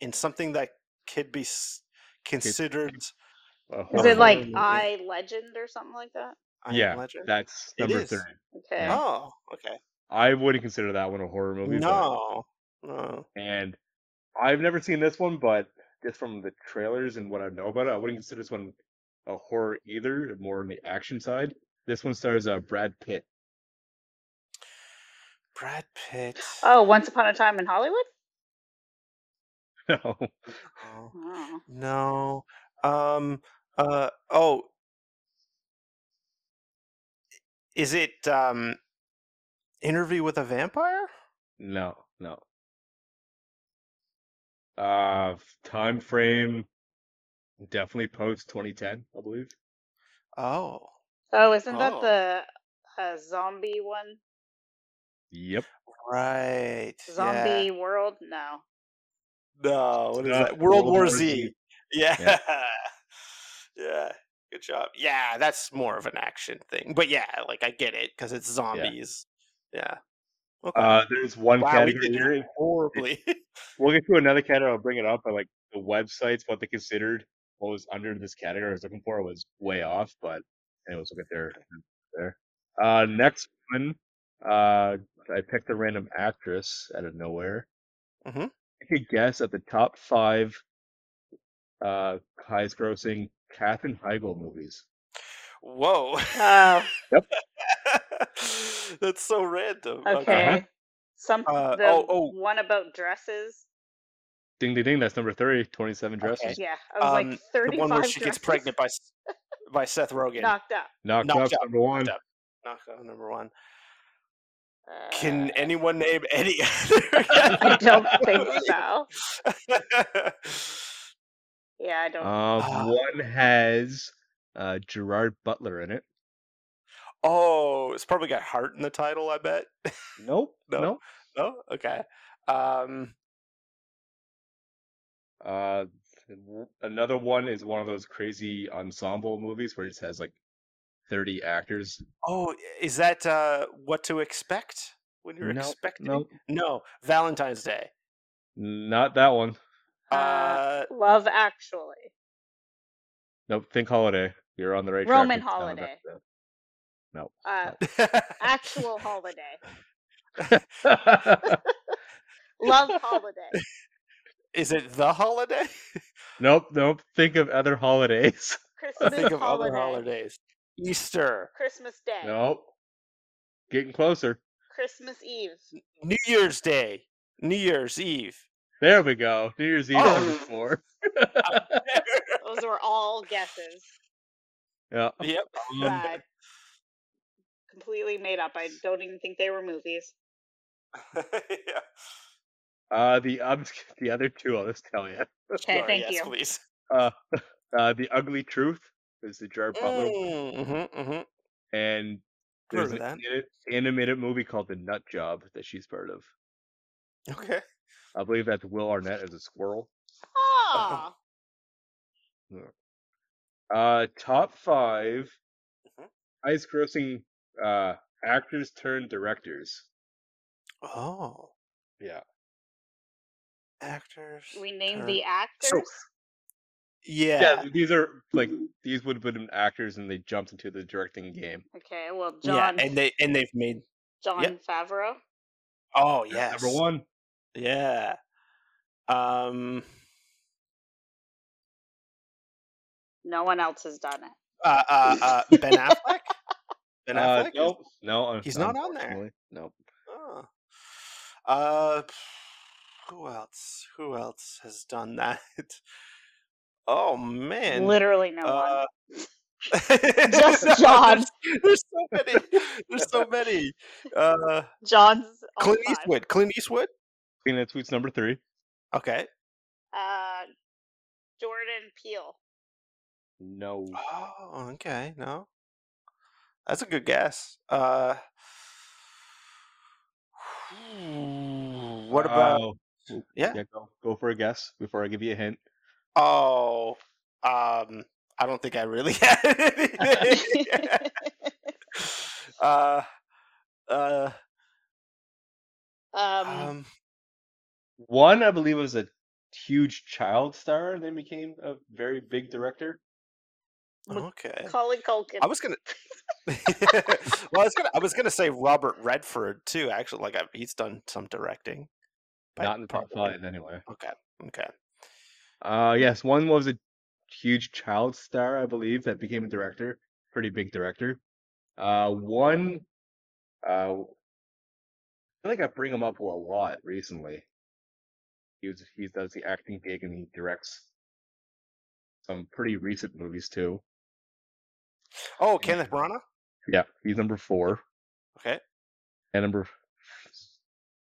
D: in something that could be s- considered.
C: a
E: Is
C: horror
E: it like
C: movie.
D: Horror
E: I Legend or something like that?
D: I Am
C: Yeah,
D: Legend?
C: that's
D: It
C: number
D: is.
C: three.
E: Okay.
D: Oh, okay.
C: I wouldn't consider that one a horror movie. but-
D: No, no.
C: and I've never seen this one, but just from the trailers and what I know about it, I wouldn't consider this one a horror either. More on the action side. This one stars uh, Brad Pitt.
D: Brad Pitt.
E: Oh, Once Upon a Time in Hollywood?
C: No,
D: Oh,
E: Oh.
D: no. Um. Uh. Oh. Is it um, Interview with a Vampire?
C: no, no. Uh, f- time frame definitely post 2010, I believe.
D: Oh,
E: Oh, isn't
D: Oh.
E: that the uh, zombie one?
C: Yep.
D: right.
E: Zombie World? No.
D: Yeah. No. What is
C: Uh,
D: that? World, War Z. Yeah. Yeah. Good job. Yeah, that's more of an action thing. But yeah, like I get it because it's zombies. Yeah. Okay.
C: Uh, there's one
D: wow, we
C: category
D: did
C: here.
D: horribly.
C: We'll get to another category. I'll bring it up. But like the websites, what they considered, what was under this category I was looking for was way off. But anyways, we'll get there. There. Uh, next one. Uh, I picked a random actress out of nowhere.
D: Mhm.
C: I could guess at the top five uh highest grossing Katherine Heigl movies.
D: Whoa.
E: Oh.
D: That's so random.
E: Okay.
C: Uh-huh.
E: Some
D: Uh,
E: the
D: oh, oh.
E: one about dresses.
C: Ding, ding, ding. That's number 30, 27 dresses.
D: Okay.
E: Yeah, I was
D: Um,
E: like
D: The
E: thirty-five.
D: one where she gets
E: dresses
D: pregnant by S- by Seth Rogen.
E: knocked up.
C: Knocked, up,
D: Knocked up.
C: number one.
D: Knocked up. Knock on number one.
E: Uh,
D: Can anyone name any other?
E: I don't think so. Yeah, I
D: Uh.
E: don't.
D: Ah.
C: Um, one has uh, Gerard Butler in it.
D: oh, it's probably got heart in the title. I bet.
C: Nope.
D: No.
C: No.
D: No, okay. Um,
C: Uh, w- another one is one of those crazy ensemble movies where it just has like 30 actors.
D: oh, is that uh, what to expect when you're
C: No,
D: expecting?
C: no.
D: No, Valentine's Day.
C: Not that one.
D: Uh,
E: Uh, Love Actually.
C: Nope. Think Holiday. You're on the right
E: Roman
C: track. with- no, that-
E: Holiday.
C: that- No.
E: Uh, actual holiday. Love holiday.
D: is it the holiday?
C: nope. Nope. Think of other holidays.
E: Christmas
D: Think of
E: holiday.
D: other holidays. Easter,
E: Christmas Day.
C: Nope. Getting closer.
E: Christmas Eve.
D: New Year's Day, New Year's Eve.
C: There we go. New Year's Eve
D: Oh.
C: number four.
E: Those were all guesses.
C: yeah.
D: yep.
C: Um,
E: Uh, completely made up. I don't even think they were movies.
D: yeah.
C: Uh, the um, the other two, I'll just tell you.
E: Okay,
D: Sorry,
E: thank
D: yes,
E: you.
D: Please.
C: Uh, the Ugly Truth is the Gerard Butler, one,
D: Mm-hmm, mm-hmm.
C: and there's
D: Heard
C: an
D: of
C: ani- animated movie called The Nut Job that she's part of.
D: Okay.
C: I believe that's Will Arnett as a squirrel.
D: Uh-huh.
E: Oh,
C: Uh, top 5
D: Mhm.
C: highest grossing uh actors turned directors.
D: Oh.
C: Yeah.
D: Actors.
E: we named
D: turn-
E: the actors.
D: Uh, So- Yeah.
C: these are like these would have been actors, and they jumped into the directing game.
E: okay, well,
D: Yeah,
E: John
D: and they and they've made
E: John
D: yep.
E: Favreau.
D: oh yes
C: Number one,
D: yeah um
E: No one else has done it.
D: uh, uh, uh Ben Affleck Ben
C: uh,
D: Affleck is-
C: nope, no,
D: He's not on there.
C: unfortunately, Nope.
D: Oh. uh who else who else has done that oh man
E: Literally no
D: uh,
E: one. Just John.
D: There's, there's so many. There's so many. Uh,
E: John's oh on
D: Clint
E: five.
D: Eastwood. Clint Eastwood.
C: Clean that suite's number three.
D: Okay.
E: Uh, Jordan Peele.
C: No.
D: Oh, okay. No, that's a good guess. Uh, what about?
C: Oh,
D: yeah.
C: go, go for a guess before I give you a hint.
D: Oh, um, I don't think I really had anything. uh, uh,
E: um,
D: um,
C: One, I believe, was a huge child star, and then became a very big director.
E: Mc-
D: okay.
E: Colin Culkin.
D: I was gonna. well, I was gonna. I was gonna say Robert Redford too. Actually, like I, he's done some directing. but
C: Not in the top
D: probably-
C: five, anyway.
D: Okay. Okay.
C: Uh, yes, one was a huge child star, I believe, that became a director, pretty big director. Uh, one, uh, I feel like I bring him up a lot recently. He was he does the acting gig and he directs some pretty recent movies too.
D: Oh, Kenneth Branagh.
C: Yeah, he's number four.
D: Okay.
C: And number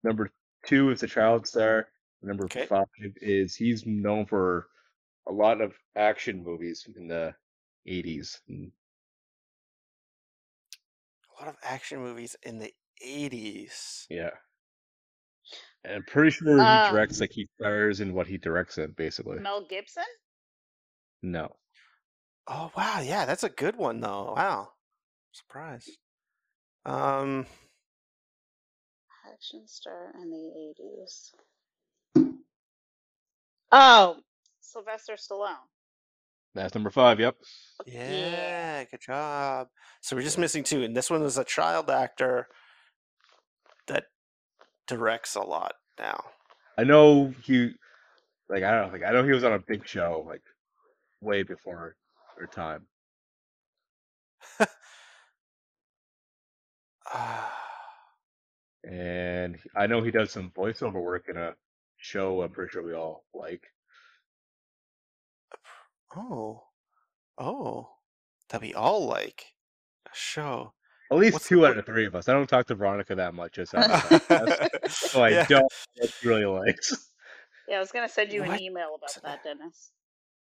C: number two is the child star. Number
D: Okay.
C: five is he's known for a lot of action movies in the eighties.
D: A lot of action movies in the eighties.
C: Yeah. And I'm pretty sure he
E: Uh,
C: directs like he stars in what he directs in, basically.
E: Mel Gibson.
C: No.
D: Oh wow, yeah, that's a good one though. Wow. Surprise. Um
E: Action star in the eighties. Oh, Sylvester Stallone.
C: That's number five, yep.
D: yeah, good job. So we're just missing two, and this one was a child actor that directs a lot now.
C: I know he like I don't like I know he was on a big show like way before her time.
D: Uh,
C: and I know he does some voiceover work in a show. I'm pretty sure we all like.
D: Oh, oh, that we all like a show.
C: At least
D: What's-
C: two out of three of us. I don't talk to Veronica that much. Just on the podcast, so I
D: Yeah.
C: don't know what she really likes.
E: Yeah, I was gonna send you an
D: What?
E: email about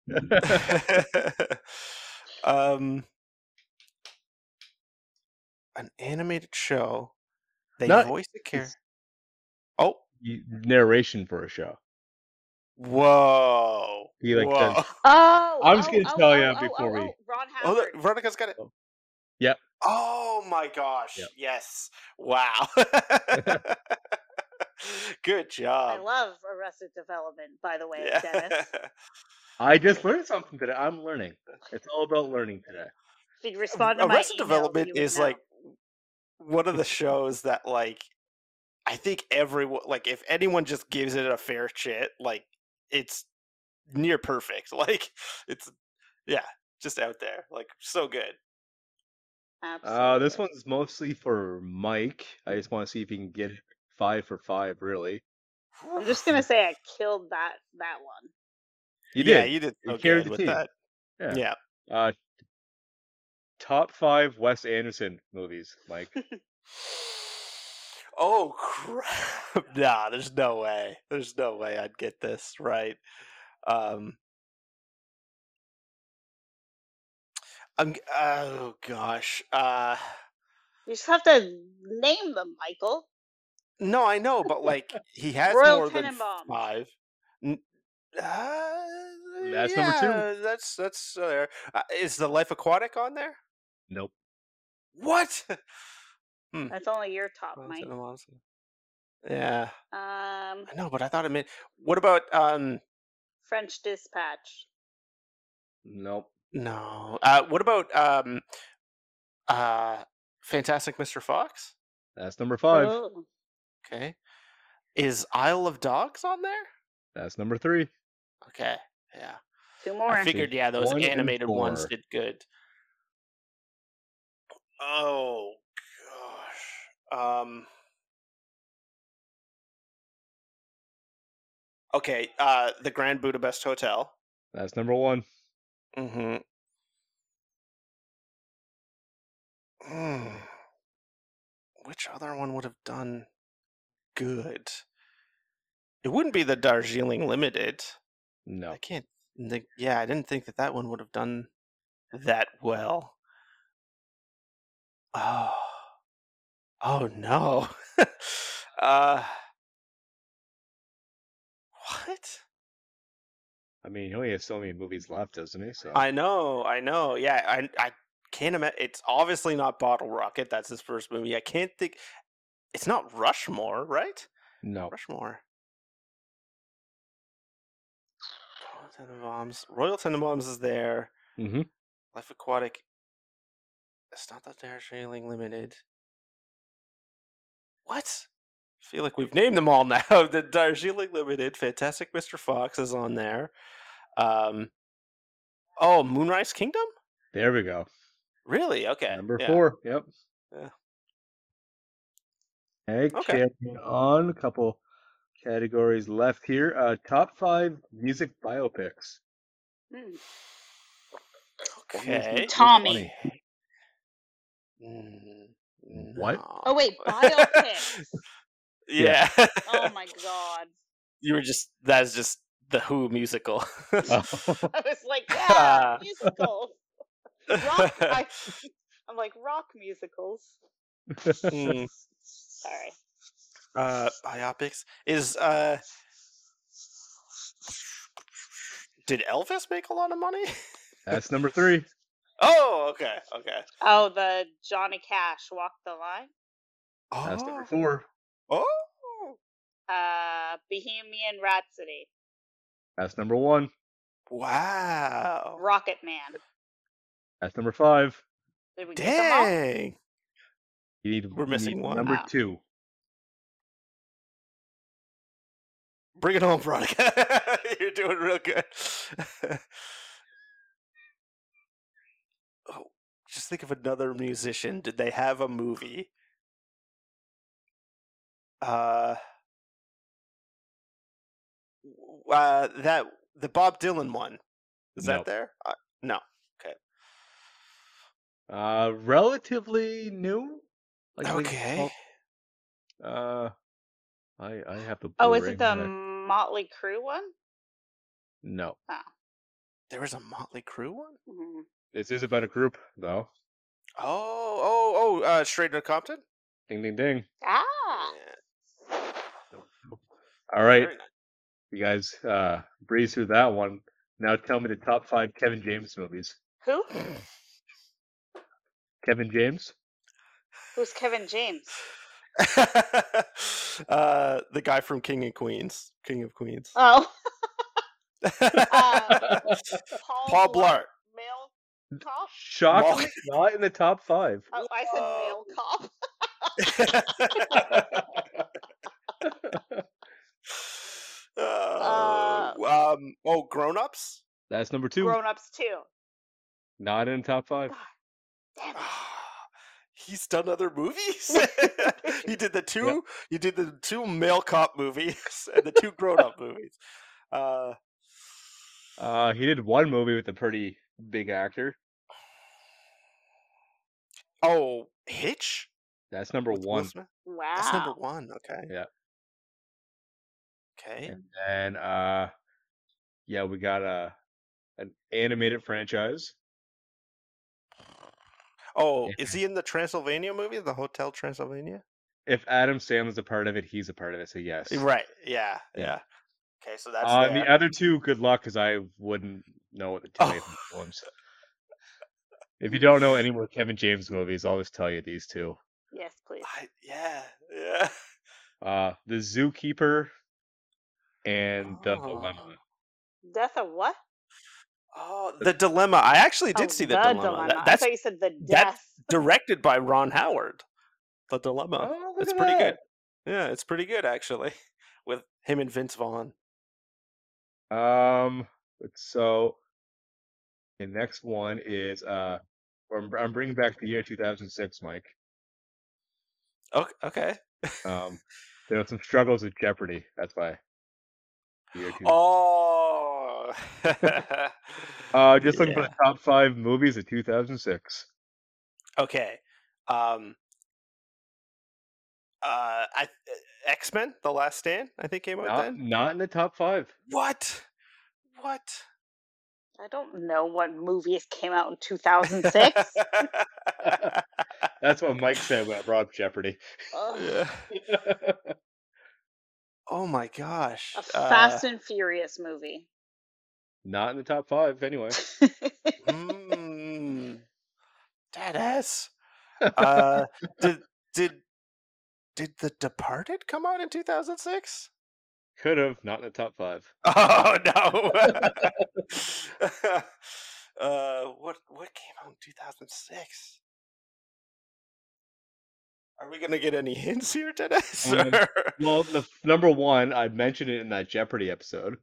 E: that, Dennis.
D: um, an animated show. They
C: Not-
D: voice a character. Oh,
C: You- narration for a show.
D: whoa!
C: He, like,
D: whoa.
C: does-
E: Oh,
C: I was gonna tell ya before we-
E: Ron
D: Oh,
E: Howard.
D: look, Veronica's got it.
C: Yep.
D: Oh my gosh!
C: Yep.
D: Yes. Wow. Good
E: I
D: job.
E: love Arrested Development, by the way,
D: Yeah.
E: Dennis.
C: I just learned something today. I'm learning. It's all about learning today.
E: If you respond to my
D: Arrested
E: email,
D: Development
E: you would
D: is
E: know.
D: like one of the shows that like I think everyone like if anyone just gives it a fair shit, like it's near perfect. Like it's yeah, just out there. Like so good.
E: Oh,
C: Uh, this
E: Absolutely.
C: one's mostly for Mike. I just want to see if he can get five for five. Really,
E: I'm just gonna say I killed that that one.
C: you
D: yeah,
C: did.
D: you did
C: You
D: so
C: carried
D: good
C: the
D: with
C: team.
D: that.
C: Yeah.
D: yeah.
C: Uh, top five Wes Anderson movies, Mike.
D: Oh crap! Nah, there's no way. There's no way I'd get this right. Um, I'm. g- Oh gosh. Uh,
E: You just have to name them, Michael.
D: no, I know, but like he has
E: Royal
D: more than
E: Tenenbaums.
D: five. N- uh,
C: That's number two.
D: yeah, That's that's uh, there. Uh, is the Life Aquatic on there?
C: Nope.
D: What?
E: That's only your top,
D: Royal
E: Mike.
D: Tenenbaums. Yeah,
E: Um,
D: I know, but I thought it meant. What about um?
E: French Dispatch.
C: Nope.
D: No. Uh, what about um, uh, Fantastic Mr. Fox?
C: That's number five.
E: Oh,
D: Okay. Is Isle of Dogs on there?
C: That's number three.
D: Okay. Yeah.
E: two more.
D: I figured, yeah, those
C: One and
D: animated ones
C: four.
D: did good. Oh, gosh. Um. Okay, uh, the Grand Budapest Hotel.
C: That's number one.
D: Mm-hmm. Mm. Which other one would have done good? It wouldn't be the Darjeeling Limited.
C: No.
D: I can't. think- yeah, I didn't think that that one would have done that well. Oh, oh no. uh, what?
C: I mean, he only has so many movies left, doesn't he? So
D: I know, I know. Yeah, I I can't imagine. It's obviously not Bottle Rocket. That's his first movie. I can't think. It's not Rushmore, right?
C: no.
D: Rushmore. Royal Tenenbaums. Royal Tenenbaums is there.
C: hmm
D: Life Aquatic. It's not the Darjeeling Limited. What? I feel like we've named them all now. The Darjeeling Limited, Fantastic Mr. Fox is on there. Um, oh, Moonrise Kingdom.
C: There we go.
D: Really? Okay.
C: Number
D: yeah.
C: four. Yep.
D: Yeah.
C: Okay.
D: Okay.
C: On a couple categories left here. Uh, top five music biopics.
E: Hmm.
C: What was
D: Okay.
C: it?
E: Tommy.
D: Mm,
C: What?
D: no.
E: Oh wait, biopics.
D: yeah.
E: oh my god.
D: You were just that's just the Who musical. Oh.
C: Oh,
E: I was like, yeah, musicals. Rock. I, I'm like rock musicals.
D: Mm,
E: Sorry.
D: uh, biopics is uh. Did Elvis make a lot of money?
C: That's number three.
D: Oh, okay, okay.
E: Oh, the Johnny Cash Walk the Line.
C: That's number
D: Oh,
C: four.
D: oh,
E: Uh, Bohemian Rhapsody.
C: That's number one.
D: wow!
E: Rocket Man.
C: That's number five.
E: Did we get them all?
D: Dang!
C: You need,
D: We're
C: you
D: missing
C: need
D: one.
C: Number
E: Wow.
C: two.
D: Bring it home, Veronica. You're doing real good. oh, just think of another musician. Did they have a movie? uh, w- uh that the Bob Dylan one is
C: No.
D: that there? Uh, no.
C: Uh, relatively new. Like they- Uh, I I have the.
E: Oh, is
C: Blu-ray,
E: it the
C: but I-
E: Motley Crue one?
C: No,
D: There was a Motley Crue one.
E: Mhm.
C: this is about a group though.
D: Oh, oh, oh! Uh, Straight Outta Compton.
C: Ding ding ding.
E: Ah,
C: All right,
D: Very nice.
C: you guys, uh, breeze through that one. Now tell me the top five Kevin James movies.
E: who?
C: Kevin James.
E: Who's Kevin James?
D: uh, the guy from King and Queens, King of Queens.
E: Oh, um, Paul,
D: Paul Blart.
E: Male cop.
C: Shockingly, not in the top five.
E: Oh, I said male cop.
D: Uh, um, oh, grown ups.
C: That's number two.
E: Grown ups too.
C: Not in the top five.
E: Damn it.
D: Ah, He's done other movies. he did the two. He did the two male cop movies and the two grown up movies. Uh,
C: Uh, he did one movie with a pretty big actor.
D: oh, Hitch.
C: That's number
D: with Will
C: one.
D: Smith?
E: Wow.
D: That's number one. Okay.
C: Ah. Yeah.
D: Okay.
C: And then, uh, yeah, we got a an animated franchise.
D: Oh,
C: Yeah.
D: is he in the Transylvania movie, the Hotel Transylvania?
C: If Adam Sandler's a part of it, he's a part of it. So yes.
D: Right. Yeah.
C: Yeah.
D: Yeah. Okay, so that's
C: Uh, and
D: there.
C: the other two, good luck, because I wouldn't know what to tell you.
D: Oh.
C: about Ones. If you don't know any more Kevin James movies, I'll just tell you these two.
E: Yes, please.
D: I, yeah. Yeah.
C: Uh, the Zookeeper and the
D: Oh.
C: Dilemma.
E: Death of what?
D: Oh, the dilemma. I actually did
E: Oh,
D: see the, dilemma. That-
E: I
D: that's
E: thought you said the
D: that's-
E: death.
D: directed by Ron Howard. The dilemma.
C: Oh, look
D: It's
C: at
D: pretty
C: that.
D: good. Yeah, it's pretty good actually, with him and Vince Vaughn.
C: Um, so the next one is uh, I'm, I'm bringing back the year 2006, Mike.
D: Okay. Okay.
C: Um, there were some struggles with Jeopardy. That's why. the year 2000.
D: Oh.
C: uh, just looking
D: Yeah.
C: for the top five movies of 2006.
D: Okay. Um uh I X-Men The Last Stand I think came out
C: Not,
D: then.
C: not in the top five.
D: What? What?
E: I don't know what movies came out in 2006.
C: That's what Mike said when I brought up Jeopardy.
E: Ugh.
D: Yeah. Oh my gosh.
E: A
D: Uh,
E: Fast and Furious movie.
C: Not in the top five, anyway.
D: mm, Dead ass. Uh did did did The Departed come out in 2006?
C: Could have, not in the top five.
D: Oh no! uh, what what came out in two thousand six? Are we gonna get any hints here, Dennis?
C: Um,
D: or-
C: Well, the f- number one, I mentioned it in that Jeopardy episode.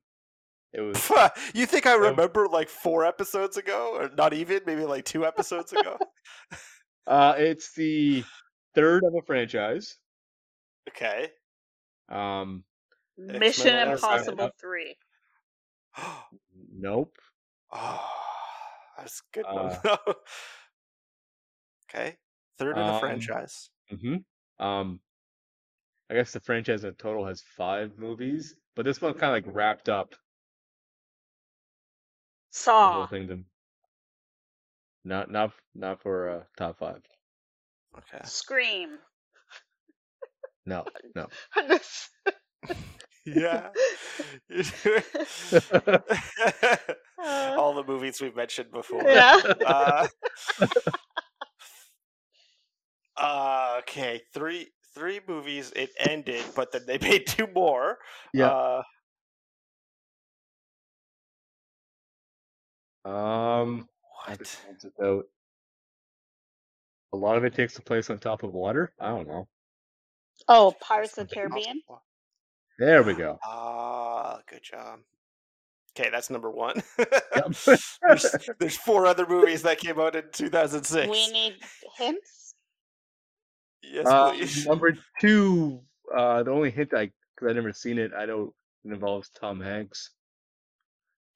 C: It was
D: Pff, you think I
C: no.
D: remember like four episodes ago, or not even maybe like two episodes ago?
C: uh it's the third of a franchise.
D: okay.
C: Um
E: Mission
D: Last
E: Impossible
C: Stand.
E: 3.
D: oh,
C: nope.
D: Ah, that's a good one.
C: Uh,
D: though. okay, third in a
C: um,
D: franchise.
C: Mm-hmm. Um I guess the franchise in total has five movies, but this one kind of like wrapped up the whole
E: Saw.
C: thing to not not not for uh top five.
D: Okay.
E: Scream.
C: No, no.
D: Yeah. All the movies we've mentioned before.
E: yeah.
D: Uh, uh, okay, three three movies. It ended, but then they made two more.
C: Yeah.
D: Uh,
C: Um, I
D: what?
C: just want to note, A lot of it takes place on top of water. I don't know.
E: Oh, Pirates of the Caribbean.
C: There we go.
D: Ah, good job. Okay, that's number one.
C: Yep.
D: there's, there's four other movies that came out in 2006.
E: We need hints.
D: yes,
C: Uh,
D: please.
C: number two Uh, the only hint I, because I've never seen it, I know it involves Tom Hanks.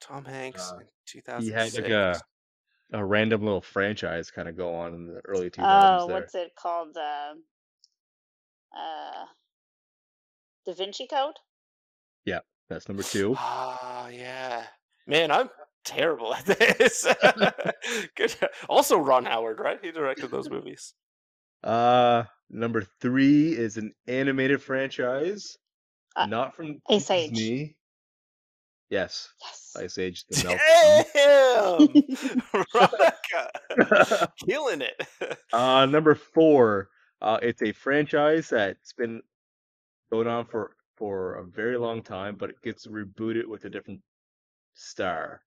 D: Tom Hanks
C: Uh,
D: in
C: He
D: 2006.
C: had like a, a random little franchise kind of go on in the early 2000s
E: Oh,
C: there.
E: what's it called? Uh, uh, Da Vinci Code.
C: That's number two.
D: Ah, yeah. Man, I'm terrible at this. Good. Also, Ron Howard, right? He directed those movies.
C: Uh, number three is an animated franchise,
E: Uh,
C: not from
E: Ice Age.
C: Disney. Yes,
E: Yes.
C: Ice Age. The Melt.
D: Damn, Veronica, killing it.
C: Uh, number four. Uh, it's a franchise that's been going on for for a very long time, but it gets rebooted with a different star.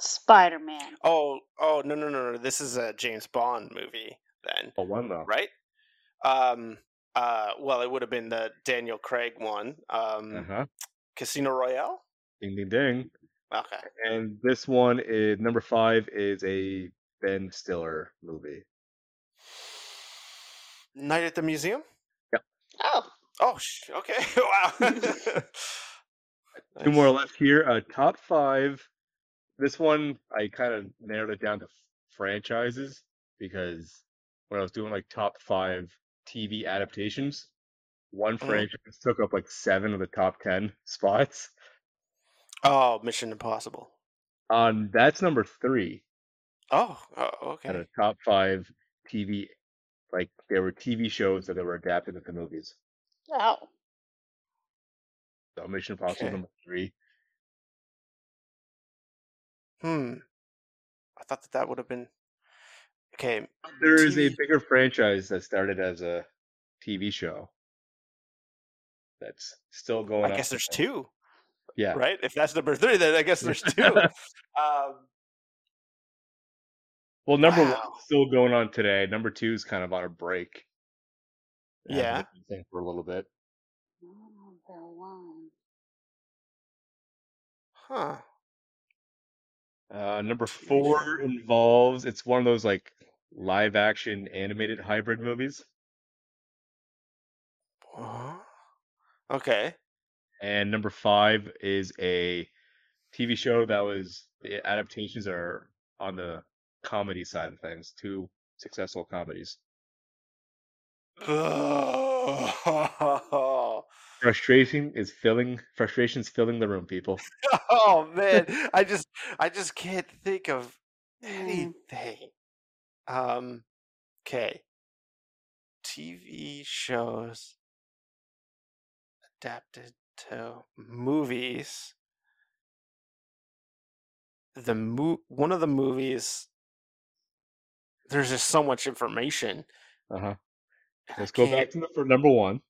E: Spider Man.
D: Oh, oh no, no, no, no. This is a James Bond movie, then,
C: Oh, one though.
D: right? Um, uh, well, it would have been the Daniel Craig one, um,
C: Uh huh.
D: Casino Royale.
C: Ding ding ding.
D: Okay.
C: And this one is number five is a Ben Stiller movie.
D: Night at the Museum.
E: Oh,
D: Oh, sh- okay. Wow.
C: Two more left here. Uh, top five. This one I kind of narrowed it down to franchises because when I was doing like top five TV adaptations, one
D: Mm.
C: franchise took up like seven of the top ten spots.
D: Oh, Mission Impossible.
C: Um, that's number three
D: Oh, oh
C: out
D: okay.
C: of top five TV. Like there were TV shows that they were adapted into movies.
E: wow.
C: So Mission Impossible
D: Okay.
C: number three.
D: Hmm. I thought that that would have been okay.
C: There is a
D: TV
C: bigger franchise that started as a TV show that's still going.
D: I
C: on
D: guess there's
C: today.
D: two,
C: Yeah.
D: right? If that's number three, then I guess there's two. um,
C: Well, number
D: Wow.
C: one's still going on today. Number two's kind of on a break. It hasn't
D: Yeah.
C: done anything for a little bit.
E: Number one.
D: huh.
C: Uh, number
D: TV
C: four involves it's one of those like live action animated hybrid movies,
D: Huh? Okay.
C: and number five is a TV show that was the adaptations are on the comedy side of things. Two successful comedies.
D: Oh,
C: Frustration is filling. Frustration's filling the room, people.
D: Oh, man, I just I just can't think of
E: Mm.
D: anything. Um, okay. TV shows adapted to movies. The mo- one of the movies. There's just so much information.
C: Uh huh.
D: and I
C: Let's go back
D: can't-
C: to the, for number one.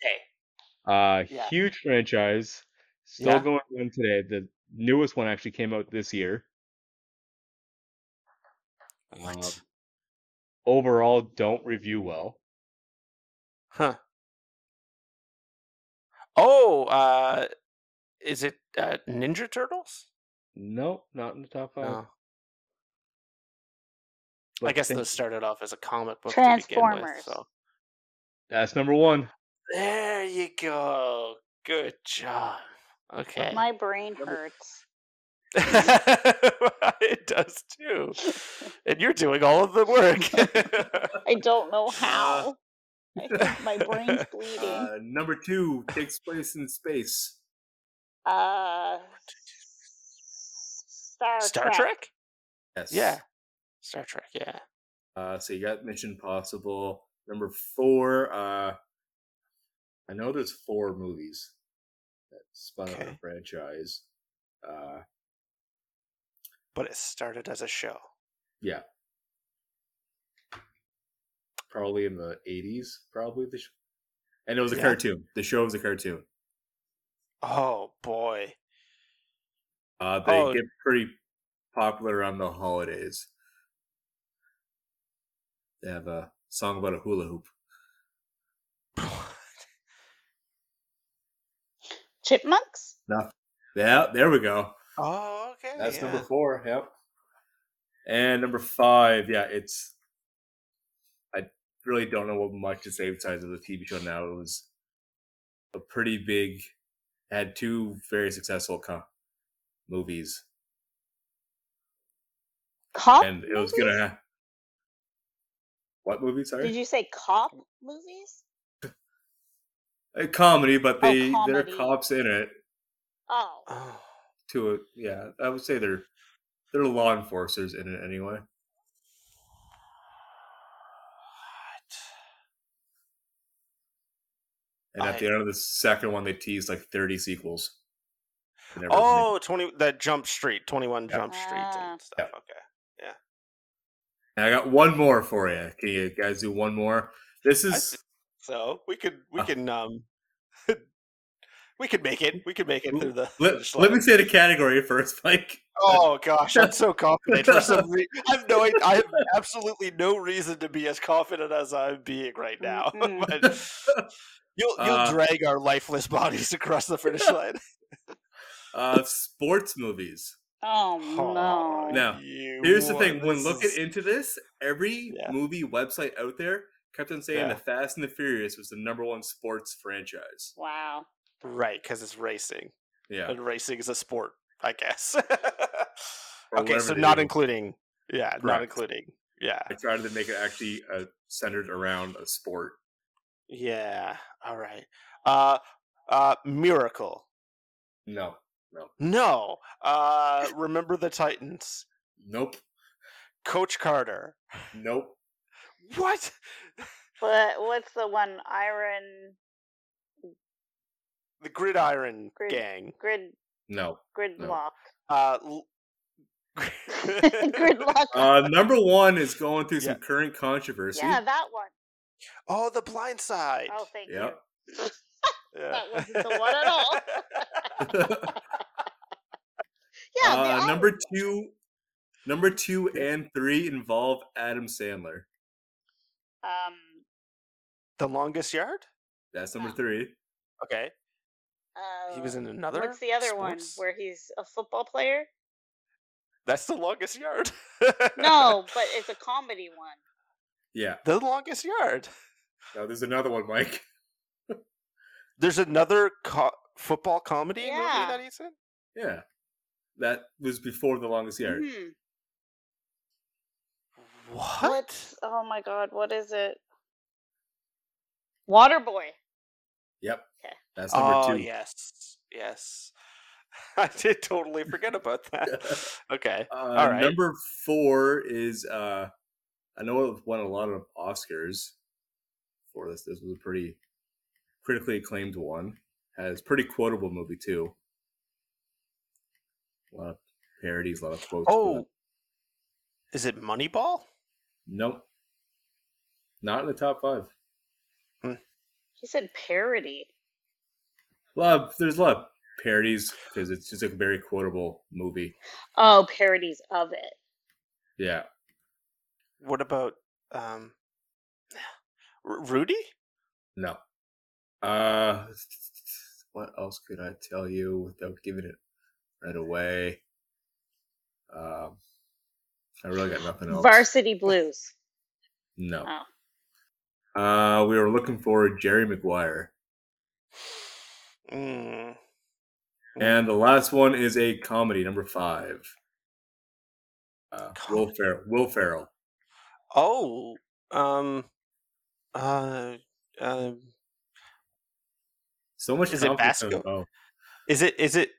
D: Okay.
C: Uh,
D: Yeah.
C: huge franchise, still
D: Yeah.
C: going on today. The newest one actually came out this year. Um,
D: What?
C: overall, don't review well.
D: Huh. Oh, uh, is it uh, Ninja Turtles?
C: No, not in the top
F: Oh,
C: five.
D: No. I
C: but
D: guess
C: thank-
D: those started off as a comic book. to begin with,
E: Transformers.
D: so.
C: that's number one.
D: There you go. Good job. Okay.
E: My brain hurts.
D: it does too. And you're doing all of the work.
E: I don't
C: Uh.
E: know how. I think my brain's bleeding.
F: Uh, number two takes place in space.
E: Uh, Star,
D: Star Trek?
F: Yes.
D: Yeah. Star Trek, yeah.
F: Uh, so you got Mission Possible. Number four. Uh, I know there's four movies that spun out
D: Okay.
F: a franchise. Uh,
D: But it started as a show.
F: yeah, probably in the '80s. Probably the, sh- and it was a
D: Yeah.
F: cartoon. The show was a cartoon.
D: Oh boy.
F: Uh, they
D: Oh.
F: get pretty popular on the holidays. They have a song about a hula hoop.
E: Chipmunks.
F: Yeah, there we go.
D: oh, okay.
F: That's
D: yeah.
F: number four. Yep. And number five, yeah, it's. I really don't know what much to say besides of the TV show now. It was
C: a pretty big, had two very successful co- movies,
E: Cop
C: and it was
E: Oh, movies?
C: gonna. Ha- what movie? Sorry,
E: Did you say cop movies?
C: a comedy, but they there are
E: Oh, comedy.
C: cops in it.
E: Oh,
D: Uh,
C: To a yeah, I would say they're they're law enforcers in it anyway. And at
D: I-
C: the end of the second one, they teased like thirty sequels. They never made-
D: Oh, 20 that Jump Street, 21
C: Yeah.
D: Jump Street
E: Ah.
D: and
C: Yeah.
D: stuff. Okay.
C: And I got one more for you. Can you guys do one more? This is
D: So, we could we
C: Uh.
D: can um we could make it. We could make it through the
C: let,
D: finish
C: let me
D: line.
C: say the category first, Mike.
D: Oh gosh, I'm so confident for some re- I have no I have absolutely no reason to be as confident as I'm being
E: Mm,
D: right now.
E: Mm-mm.
D: but you'll you'll
C: Uh.
D: drag our lifeless bodies across the finish line.
C: Uh, sports movies.
E: oh no.
C: Now,
D: you
C: Here's the thing:
D: won.
C: when
D: This
C: looking
D: is-
C: into this, every
D: Yeah.
C: movie website out there kept on saying
D: Yeah.
C: the Fast and the Furious was the number one sports franchise.
E: Wow.
D: right because it's racing,
C: Yeah,
D: and racing is a sport, I guess.
C: Or
D: okay,
C: whatever
D: so
C: they
D: not
C: do.
D: including, yeah, not
C: Correct.
D: including, yeah,
C: I tried to make it actually uh, centered around a sport.
D: yeah. All right, uh, uh, miracle.
C: No,
D: No, uh, remember the Titans.
C: nope,
D: Coach Carter.
C: nope.
D: What?
E: But what's the one? Iron
D: The Gridiron
E: Grid-
D: Gang.
E: grid
C: No.
E: gridlock.
D: Uh, l-
E: gridlock.
C: Uh, number one is going through some
D: Yeah.
C: current controversy.
E: yeah, that one.
D: oh, The Blind Side.
E: Oh, thank you.
C: Yep.
D: Yeah.
E: That wasn't the one at all. Yeah, the
C: uh,
E: Iron
C: number
E: Man.
C: two, number two and three involve Adam Sandler.
E: Um,
D: the Longest Yard.
C: That's number
E: Wow.
C: three.
D: Okay,
E: uh,
D: he was in another.
E: What's the other
D: sports?
E: one where he's a football player?
D: That's the longest yard.
E: No, but it's a comedy one.
C: Yeah.
D: the longest yard.
C: Now there's another one, Mike.
D: There's another co- football comedy movie
E: Yeah.
D: that he's in.
C: Yeah. That was before the longest yard.
E: Mhm.
D: What?
E: What's? Oh my god, what is it? Waterboy.
C: Yep.
E: Okay.
C: That's number
D: Oh
C: two.
D: yes, yes. I did totally forget about that. okay.
C: Uh,
D: All right.
C: Number four is uh, I know it won a lot of Oscars for this. This was a pretty critically acclaimed one. Has pretty quotable movie too. A lot of parodies, a lot of quotes. for
D: Oh,
C: it.
D: is it Moneyball?
C: nope, not in the top five.
E: He said parody.
C: A lot of, there's a lot of parodies because it's just a very quotable movie.
E: Oh, parodies of it.
C: Yeah,
D: What about um, R- Rudy?
C: No. Uh, what else could I tell you without giving it right away? Um, I really got nothing else.
E: Varsity Blues.
C: no.
E: Oh.
C: Uh, we were looking for Jerry Maguire,
D: Mm.
C: and the last one is a comedy, number five. Uh, Will
D: Comedy.
C: Ferrell. Will Ferrell.
D: Oh, um, uh, um.
C: So much
D: Is it
C: confidence in-
D: Basco?
C: Oh,
D: Is it is it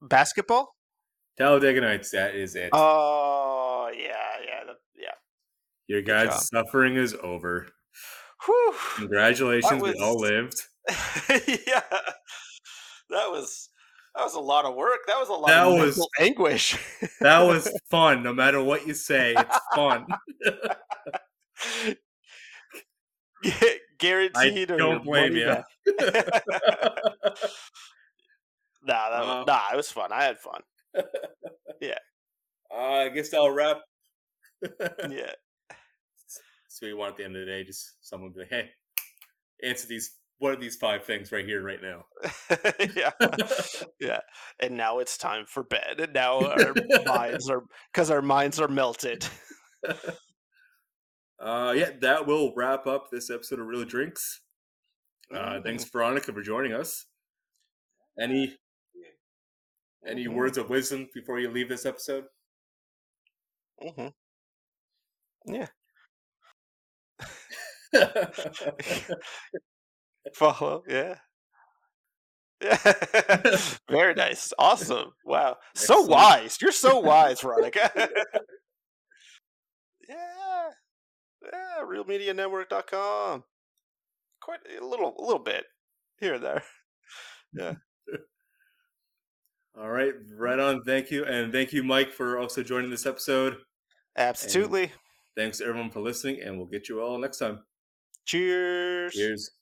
D: basketball?
C: Talladega Nights. That is it.
D: Oh yeah, yeah, that, yeah.
C: Your
D: good
C: guys' suffering is over.
D: Whew.
C: Congratulations,
D: was-
C: we all lived. Mm.
D: yeah, that was that was a lot of work. That was a lot.
C: That
D: of
C: was-
D: mental anguish.
C: That was fun. No matter what you say, it's fun.
D: Gu- Guaranteed. or
C: don't
D: your
C: blame
D: money
C: you.
D: back. nah, that
C: Wow.
D: was, nah, it was fun. I had fun.
C: Uh, I guess I'll wrap.
D: Yeah,
C: so we want at the end of the day, just someone be like, "Hey, answer these. What are these five things right here, right now?"
D: yeah, yeah. And now it's time for bed. And now our minds are because our minds are melted.
C: Uh, yeah, that will wrap up this episode of Real Drinks. Uh, thanks, Veronica, for joining us. Any any words of wisdom before you leave this episode?
D: Mm-hmm. Follow, yeah. Yeah. Very nice. Awesome. Wow. So
C: Excellent.
D: wise. You're so wise, Veronica. yeah. Yeah. RealMediaNetwork.com. Quite a little a little bit. Here and there.
C: All right, right on. Thank you, and thank you, Mike, for also joining this episode.
D: Absolutely.
C: Thanks everyone for listening, and we'll get you all next time.
D: Cheers.
C: Cheers.